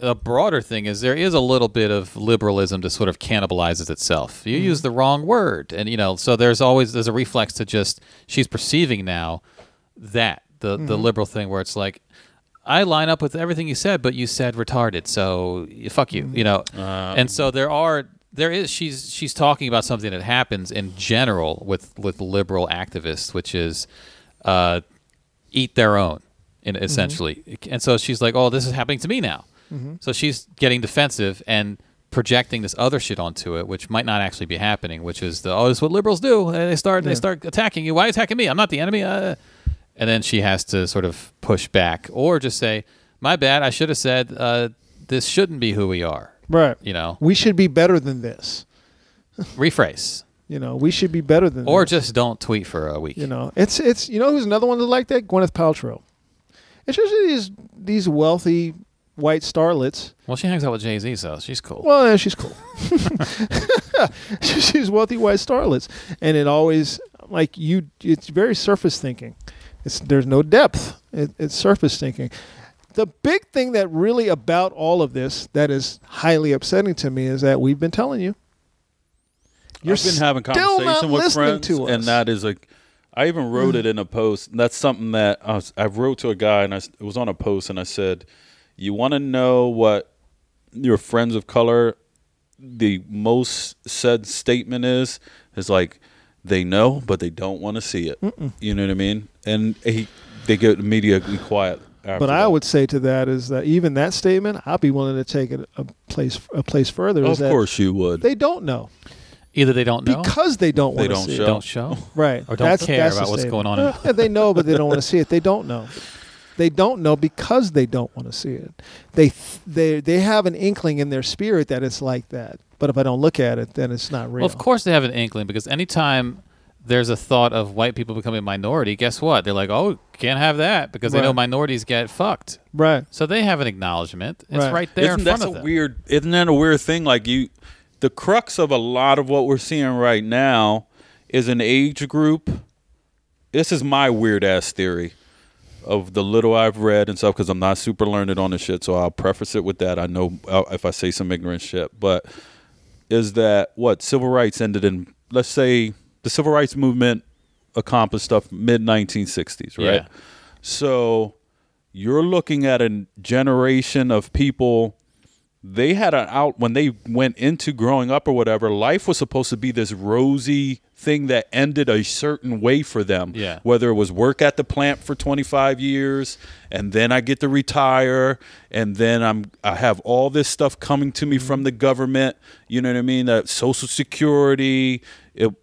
D: a broader thing is there is a little bit of liberalism that sort of cannibalizes itself.
F: Mm.
D: You use the wrong word, and you know, so there's always there's a reflex to just she's perceiving now that the the
F: Mm-hmm.
D: liberal thing where it's like. I line up with everything you said, but you said retarded, so y- fuck
F: Mm.
D: you, you know. and so there are, there is, she's she's talking about something that happens in general with with liberal activists, which is uh, eat their own, in,
F: Mm-hmm.
D: essentially. And so she's like, "Oh, this is happening to me now."
F: Mm-hmm.
D: So she's getting defensive and projecting this other shit onto it, which might not actually be happening. Which is the oh, this is what liberals do. And they start they start attacking you. Why are you attacking me? I'm not the enemy. Uh. And then she has to sort of push back or just say, "My bad. I should have said uh, this shouldn't be who we are."
F: Right.
D: You know,
F: We should be better than this.
D: rephrase
F: You know, we should be better than
D: or
F: this.
D: just don't tweet for a week.
F: You know, it's it's you know who's another one that's like that? Gwyneth Paltrow. It's usually these these wealthy white starlets.
D: Well, she hangs out with Jay Z, so she's cool.
F: Well, yeah, she's cool. she's wealthy white starlets, and it always like you. It's very surface thinking. It's there's no depth. It, it's surface thinking. The big thing that really about all of this that is highly upsetting to me is that we've been telling you. You're
A: I've been having
F: still not
A: conversation with
F: listening
A: friends,
F: to us. Mm.
A: and that is a. I even wrote it in a post. And that's something that I, was, I wrote to a guy, and I s it was on a post, and I said, "You want to know what your friends of color, the most said statement is is like they know, but they don't want to see it. You know what I mean? And he, they get immediately quiet. After
F: But I
A: that.
F: would say to that is that even that statement, I'd be willing to take it a place a place further.
A: of
F: is that
A: course, you would.
F: they don't know
D: Either they don't know,
F: because they don't
A: They
F: want to
A: don't
F: see
A: show.
F: it.
D: don't show.
F: Right.
D: Or don't
F: That's-
D: care
F: that's the
D: about what's
F: statement.
D: going on in-
F: Yeah, they know, but they don't want to see it. They don't know. They don't know because they don't want to see it. They th- they they have an inkling in their spirit that it's like that. But if I don't look at it, then it's not real.
D: Well, of course they have an inkling because anytime there's a thought of white people becoming a minority, guess what? They're like, oh, can't have that because they know
F: Right.
D: minorities get fucked.
F: Right.
D: So they have an acknowledgement. It's
F: Right.
D: right, there
A: isn't
D: in front
A: that's
D: of
A: a
D: them.
A: weird isn't that a weird thing like you the crux of a lot of what we're seeing right now is an age group this is my weird ass theory of the little I've read and stuff because I'm not super learned on this shit so I'll preface it with that I know uh, if I say some ignorant shit but is that what civil rights ended in let's say the civil rights movement accomplished stuff mid 1960s right
D: Yeah.
A: so you're looking at a generation of people they had an out when they went into growing up or whatever. Life was supposed to be this rosy thing that ended a certain way for them.
D: Yeah.
A: Whether it was work at the plant for 25 years, and then I get to retire, and then I'm I have all this stuff coming to me from the government. You know what I mean? That Social Security. It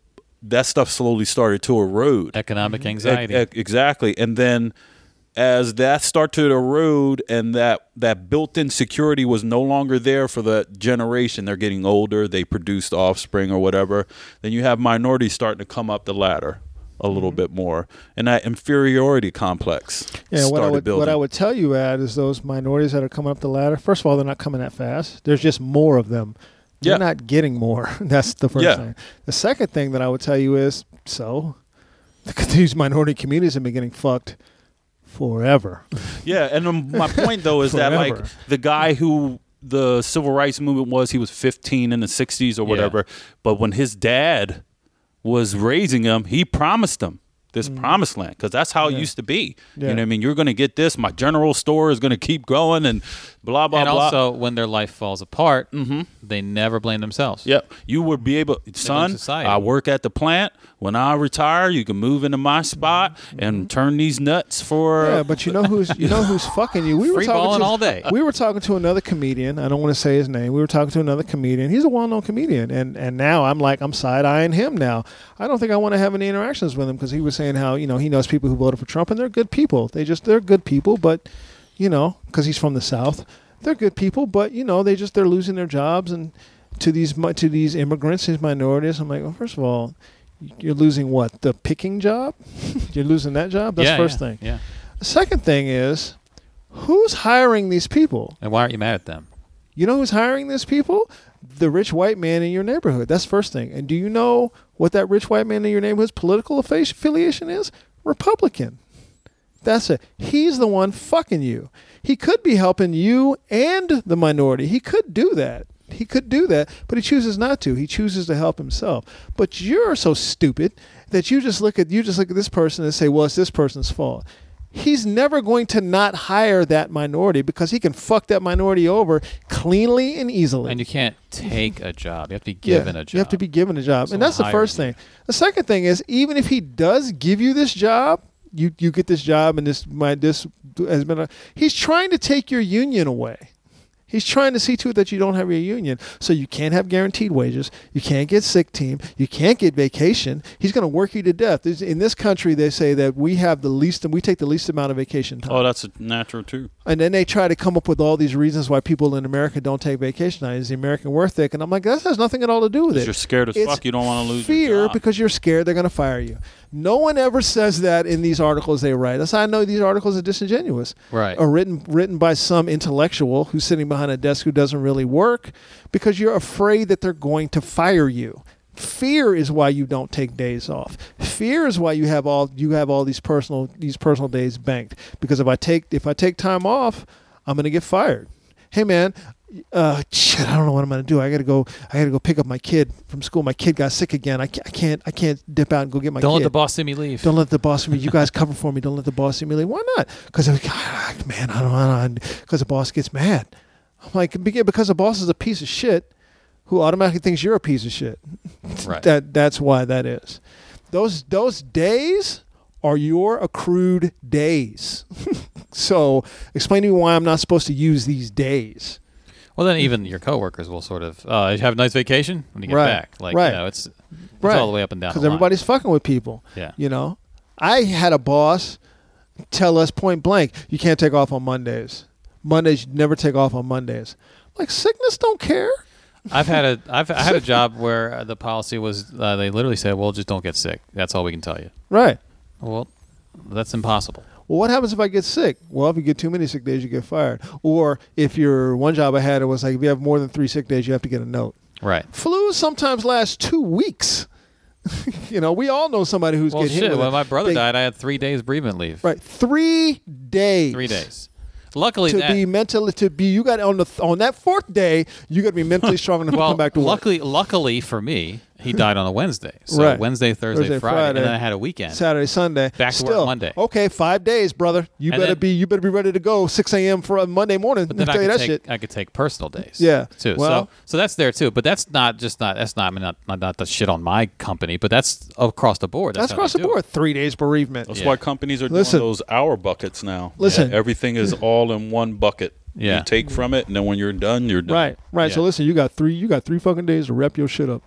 A: that stuff slowly started to erode.
D: Economic
F: Mm-hmm.
A: E-
D: anxiety.
A: e- exactly. And then as that start to erode and that that built-in security was no longer there for the generation they're getting older they produced offspring or whatever then you have minorities starting to come up the ladder a
F: Mm-hmm.
A: little bit more and that inferiority complex
F: Yeah,
A: started
F: what I would
A: building
F: what I would tell you at is those minorities that are coming up the ladder. First of all, they're not coming that fast. There's just more of them. They're
A: Yeah.
F: not getting more. That's the first
A: Yeah.
F: thing. The second thing that I would tell you is so these minority communities have been getting fucked forever.
A: Yeah, and um, my point though is that like
F: Forever.
A: the guy who the civil rights movement was, he was 15 in the 60s or whatever. But when his dad was raising him, he promised him this promised land because that's how it used to be.
F: Mm. Yeah.
A: You know what I mean? You're going to get this. My general store is going to keep going and blah blah
D: and
A: blah. Mm-hmm.
D: also, when their life falls apart, they never blame themselves.
A: Yep. You would be able, son.
D: society.
A: I work at the plant. When I retire, you can move into my spot and turn these nuts for.
F: Mm-hmm. Yeah, but you know who's you know who's fucking you. We were
D: Free
F: talking
D: balling
F: to,
D: all day.
F: We were talking to another comedian. I don't want to say his name. We were talking to another comedian. He's a well-known comedian, and and now I'm like I'm side eyeing him now. I don't think I want to have any interactions with him because he was saying how you know he knows people who voted for Trump and they're good people. They just they're good people, but you know because he's from the South, they're good people, but you know they just they're losing their jobs and to these mi- to these immigrants, these minorities. I'm like, well, first of all. You're losing what? The picking job? You're losing that job? That's
D: Yeah,
F: first
D: yeah,
F: thing.
D: Yeah.
F: The second thing is, who's hiring these people?
D: And why aren't you mad at them?
F: You know who's hiring these people? The rich white man in your neighborhood. That's first thing. And do you know what that rich white man in your neighborhood's political affa- affiliation is? Republican. That's it. He's the one fucking you. He could be helping you and the minority. He could do that. He could do that, but he chooses not to. He chooses to help himself. But you're so stupid that you just look at you just look at this person and say, "Well, it's this person's fault." He's never going to not hire that minority because he can fuck that minority over cleanly and easily.
D: And you can't take a job. You have to be
F: Yeah,
D: given a job.
F: You have to be given a job. and
D: Someone
F: that's the
D: hired
F: first
D: you.
F: thing. The second thing is even if he does give you this job, you you get this job and this my this has been a, he's trying to take your union away. He's trying to see to it that you don't have your union. So you can't have guaranteed wages. You can't get sick team. You can't get vacation. He's going to work you to death. There's- In this country, they say that we have the least, we take the least amount of vacation time.
A: oh, that's natural too.
F: And then they try to come up with all these reasons why people in America don't take vacation time. Is the American work thick? And I'm like, that has nothing at all to do with it.
A: you're scared as fuck you don't wanna lose your
F: fear
A: job.
F: because you're scared they're going to fire you. No one ever says that in these articles they write. That's how I know these articles are disingenuous,
D: Right.
F: Or written written by some intellectual who's sitting behind a desk who doesn't really work because you're afraid that they're going to fire you. Fear is why you don't take days off. Fear is why you have all you have all these personal these personal days banked because if I take if I take time off, I'm going to get fired. Hey man, uh, shit, I don't know what I'm gonna do. I gotta go. I gotta go pick up my kid from school. My kid got sick again. I can't. I can't, I can't dip out and go get my
D: Don't
F: kid.
D: let the boss see me leave.
F: Don't let the boss see me. You guys cover for me. Don't let the boss see me. Like, why not? Because "Ah, man, I don't. I don't. Because the boss gets mad. I'm like "Beca- because the boss is a piece of shit who automatically thinks you're a piece of shit.
D: right.
F: That that's why that is. Those those days are your accrued days. so explain to me why I'm not supposed to use these days.
D: Well, then even your coworkers will sort of uh, you have a nice vacation when you get
F: Right,
D: back. Like
F: right.
D: you know, it's, it's
F: Right.
D: all the way up and down.
F: because
D: the line.
F: everybody's fucking with people.
D: Yeah.
F: You know, I had a boss tell us point blank, you can't take off on Mondays. Mondays, you never take off on Mondays. Like sickness don't care.
D: I've had a I've I had a job where uh, the policy was uh, they literally said, "Well, just don't get sick. That's all we can tell you."
F: Right.
D: Well, that's impossible.
F: Well, what happens if I get sick? Well, if you get too many sick days, you get fired. Or if your one job I had, it was like if you have more than three sick days, you have to get a note.
D: Right.
F: Flu sometimes lasts two weeks. you know, we all know somebody who's
D: Well,
F: getting hit
D: shit.
F: with
D: When
F: it.
D: my brother
F: They-
D: died, I had three days bereavement leave.
F: Right, three days.
D: Three days. Luckily,
F: to
D: that,
F: be mentally to be you got on the th- on that fourth day you got to be mentally strong enough
D: well,
F: to come back to work.
D: luckily, luckily for me, he died on a Wednesday. So
F: Right.
D: Wednesday, Thursday,
F: Thursday,
D: Friday,
F: Friday.
D: and then I had a weekend.
F: Saturday, Sunday.
D: Back to work
F: Still,
D: Monday.
F: Okay, five days, brother. You
D: And
F: better
D: then-
F: be you better be ready to go six a.m. for a Monday morning.
D: But
F: Let me
D: then I
F: tell you
D: could,
F: that
D: take,
F: shit.
D: I could take personal days.
F: Yeah.
D: Too.
F: Well-
D: so so that's there too. But that's not just not that's not I mean, not not, not the shit on my company, but that's across the board. That's,
F: That's
D: how
F: across
D: they
F: the
D: do it.
F: board. Three days bereavement.
A: That's
D: Yeah.
A: why companies are
F: Listen.
A: doing those hour buckets now.
F: Listen.
A: everything is all in one bucket.
D: Yeah.
A: You take from it, and then when you're done, you're done.
F: Right, right. So
D: Yeah.
F: listen, you got three. You got three fucking days to wrap your shit up.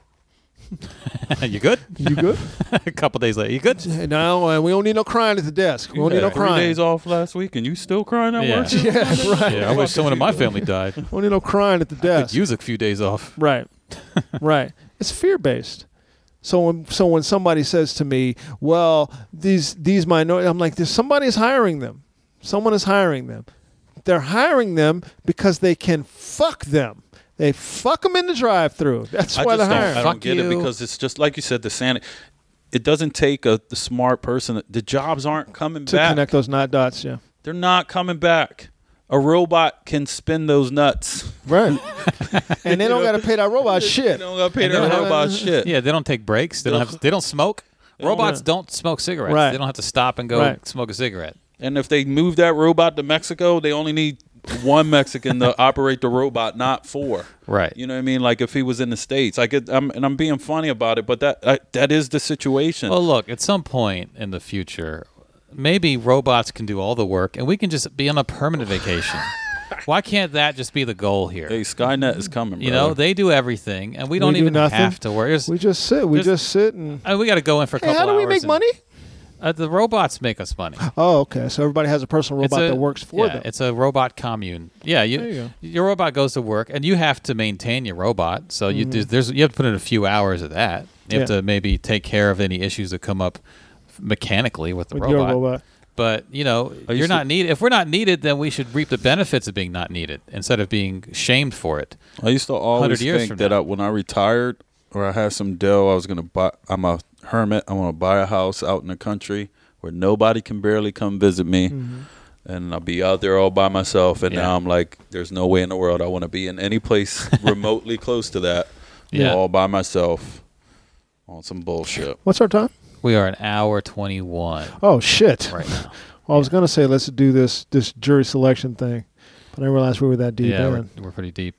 D: you good?
F: You good?
D: a couple days later, you good?
F: and now uh, we don't need no crying at the desk. We
A: You
F: don't need no
A: had three
F: crying.
A: days off last week, and you still crying out,
D: Yeah.
A: weren't you?
F: Yeah, right.
D: Yeah, I wish someone in my family died.
F: We don't need no crying at the
D: Could
F: desk.
D: use a few days off.
F: Right. right. It's fear based. So when so when somebody says to me, "Well, these these minorities," I'm like, "There's somebody's hiring them. Someone is hiring them. They're hiring them because they can fuck them. They fuck them in the drive-through. That's
A: I
F: why they're
A: just don't,
F: hiring.
A: I don't
D: Fuck
A: get it
D: you.
A: because it's just like you said, the sanity. It doesn't take a the smart person. The jobs aren't coming
F: to
A: back.
F: connect those knot dots. Yeah.
A: They're not coming back. A robot can spin those nuts.
F: Right. and they don't got to pay that robot shit.
A: They don't gotta pay their robot shit.
D: Yeah, they don't take breaks. They don't have. They don't smoke. Robots don't smoke cigarettes.
F: Right.
D: They don't have to stop and go
F: Right.
D: smoke a cigarette.
A: And if they move that robot to Mexico, they only need one Mexican to operate the robot, not four.
D: Right.
A: You know what I mean? Like if he was in the states, like it, I'm, and I'm being funny about it, but that I, that is the situation.
D: Well, look, at some point in the future, maybe robots can do all the work and we can just be on a permanent vacation. Why can't that just be the goal here?
A: hey, Skynet is coming.
D: you know,
A: brother.
D: they do everything and we don't
F: do
D: even
F: nothing.
D: have to worry. There's-
F: We just sit. We
D: There's-
F: just sit and.
D: uh, we got to go in for a
F: Hey,
D: couple
F: how do we
D: hours
F: make
D: and-
F: money?
D: Uh, the robots make us money.
F: Oh, okay. So everybody has a personal
D: It's
F: robot
D: a-
F: that works for
D: yeah,
F: them.
D: It's a robot commune. Yeah, you,
F: you go.
D: your robot goes to work, and you have to maintain your robot. So you do, there's you have to put in a few hours of that. You have
F: Mm-hmm. Yeah.
D: to maybe take care of any issues that come up mechanically with the
F: With your
D: robot.
F: robot.
D: But you know,
A: you
D: you're not
A: see-
D: needed. If we're not needed, then we should reap the benefits of being not needed instead of being shamed for it.
A: I used to always
D: 100 years
A: think
D: from
A: that
D: now.
A: I, when I retired or I had some dough, I was gonna buy. I'm a hermit. I'm gonna buy a house out in the country where nobody can barely come visit me, and I'll be out there all by myself. And
D: Mm-hmm. Yeah.
A: now I'm like, there's no way in the world I want to be in any place remotely close to that.
D: Yeah.
A: all by myself on some bullshit.
F: What's our time?
D: We are an hour twenty one
F: Oh shit!
D: right now.
F: Well, I was gonna say let's do this this jury selection thing, but I realized we were that deep
D: yeah, we're,
F: in.
D: we're pretty deep.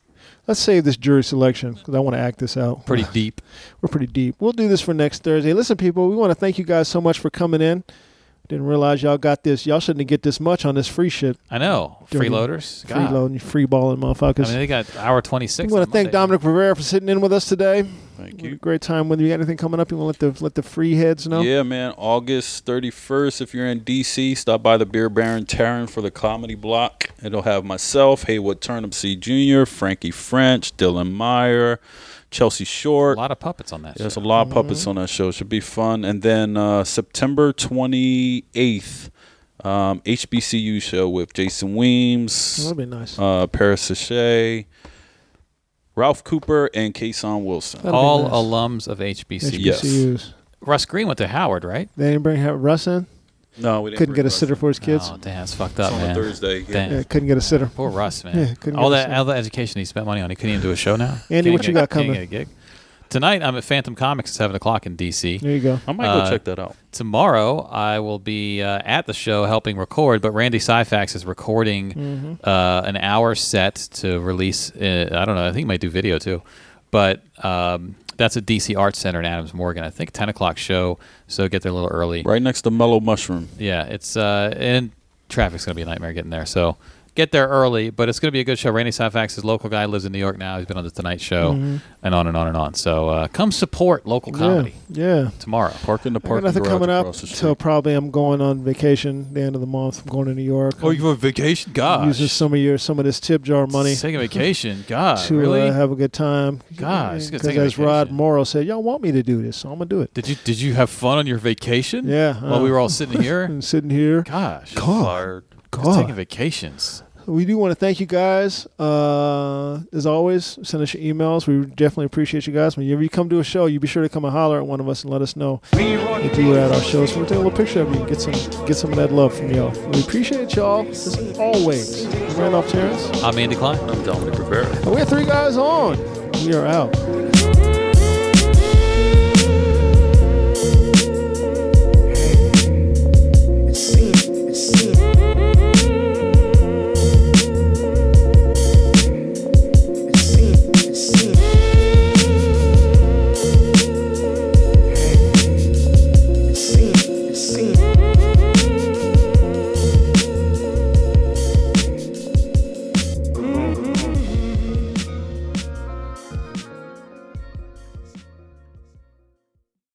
F: Let's save this jury selection because I want to act this out.
D: Pretty deep.
F: we're pretty deep. We'll do this for next Thursday. Listen, people, we want to thank you guys so much for coming in. Didn't realize y'all got this. Y'all shouldn't get this much on this free shit.
D: I know.
F: Dirty
D: Freeloaders. God.
F: Freeloading, free balling,
D: I
F: motherfuckers.
D: mean, they got hour twenty six.
F: we want to thank Dominic Rivera for sitting in with us today.
A: Thank
F: We had a
A: you.
F: Great time with you. Got anything coming up? You want to let the let the free heads know?
A: Yeah, man. August 31st, if you're in DC, stop by the Beer Baron Tavern for the comedy block. It'll have myself, Haywood Turnipseed Jr., Frankie French, Dylan Meyer, Chelsea
D: A
A: Short.
D: lot of puppets on that.
A: There's
D: show.
A: a lot of puppets on that show. Should be fun. And then uh, September 28th, um, HBCU show with Jason Weems,
F: That'd be nice.
A: uh, Paris Sachet, Ralph Cooper, and Kason Wilson.
F: That'd be
D: all
F: nice.
D: alums of HBCU.
A: Yeah.
F: HBCUs.
D: Russ Green went to Howard, right?
F: They didn't bring Russ in.
A: No, we didn't
F: Couldn't get a
A: request
F: sitter
A: it.
F: for his kids.
D: Oh, damn, it's fucked up,
A: It's on a
D: man.
A: Thursday, yeah.
D: Damn.
F: Yeah, couldn't get a sitter.
D: Poor Russ, man.
F: Yeah, couldn't
D: all
F: get a
D: that
F: sick.
D: all that education he spent money on, he couldn't even do a show now.
F: Andy,
D: Can't
F: what you
D: get-
F: got
D: can't
F: coming?
D: get a gig. Tonight, I'm at Phantom Comics at seven o'clock in DC.
F: There you go.
A: I might
D: Uh,
A: go check that out.
D: Tomorrow, I will be uh, at the show helping record, but Randy Syfax is recording
F: Mm-hmm.
D: uh, an hour set to release. Uh, I don't know. I think he might do video too, but um, that's at DC Arts Center in Adams Morgan. I think ten o'clock show, so get there a little early.
A: Right next to Mellow Mushroom.
D: Yeah, it's uh, and traffic's gonna be a nightmare getting there. So get there early, but it's gonna be a good show. Randy Syfax is a local guy, lives in New York now. He's been on the Tonight Show and on and on and on. So uh, come support local comedy
F: Mm-hmm. Yeah. yeah.
D: tomorrow.
A: Park in the
F: I got
A: parking
F: nothing
A: garage
F: coming up
A: across the
F: until
A: street.
F: probably I'm going on vacation the end of the month. I'm going to New York. I'm
D: on Oh, vacation,
F: using
D: gosh.
F: some of your some of this tip jar money
D: Taking a vacation, God,
F: to
D: really?
F: uh, have a good time.
D: Gosh, it's gonna
F: because
D: take a
F: as Rod
D: vacation.
F: Morrow said, y'all want me to do this, so I'm gonna do it.
D: did you did you have fun on your vacation?
F: Yeah,
D: while we
F: uh,
D: were all sitting here.
F: And sitting here,
D: gosh,
F: God,
D: Just
F: God.
D: taking vacations.
F: we do want to thank you guys. Uh, as always, send us your emails. We definitely appreciate you guys. Whenever you come to a show, you be sure to come and holler at one of us and let us know that you were at our show. So we'll take a little picture of you and get some get some of that love from y'all. We appreciate y'all as always. I'm Randolph Terrence.
D: I'm Andy Klein.
A: I'm Dominic Rivera.
F: And we're three guys on. We are out.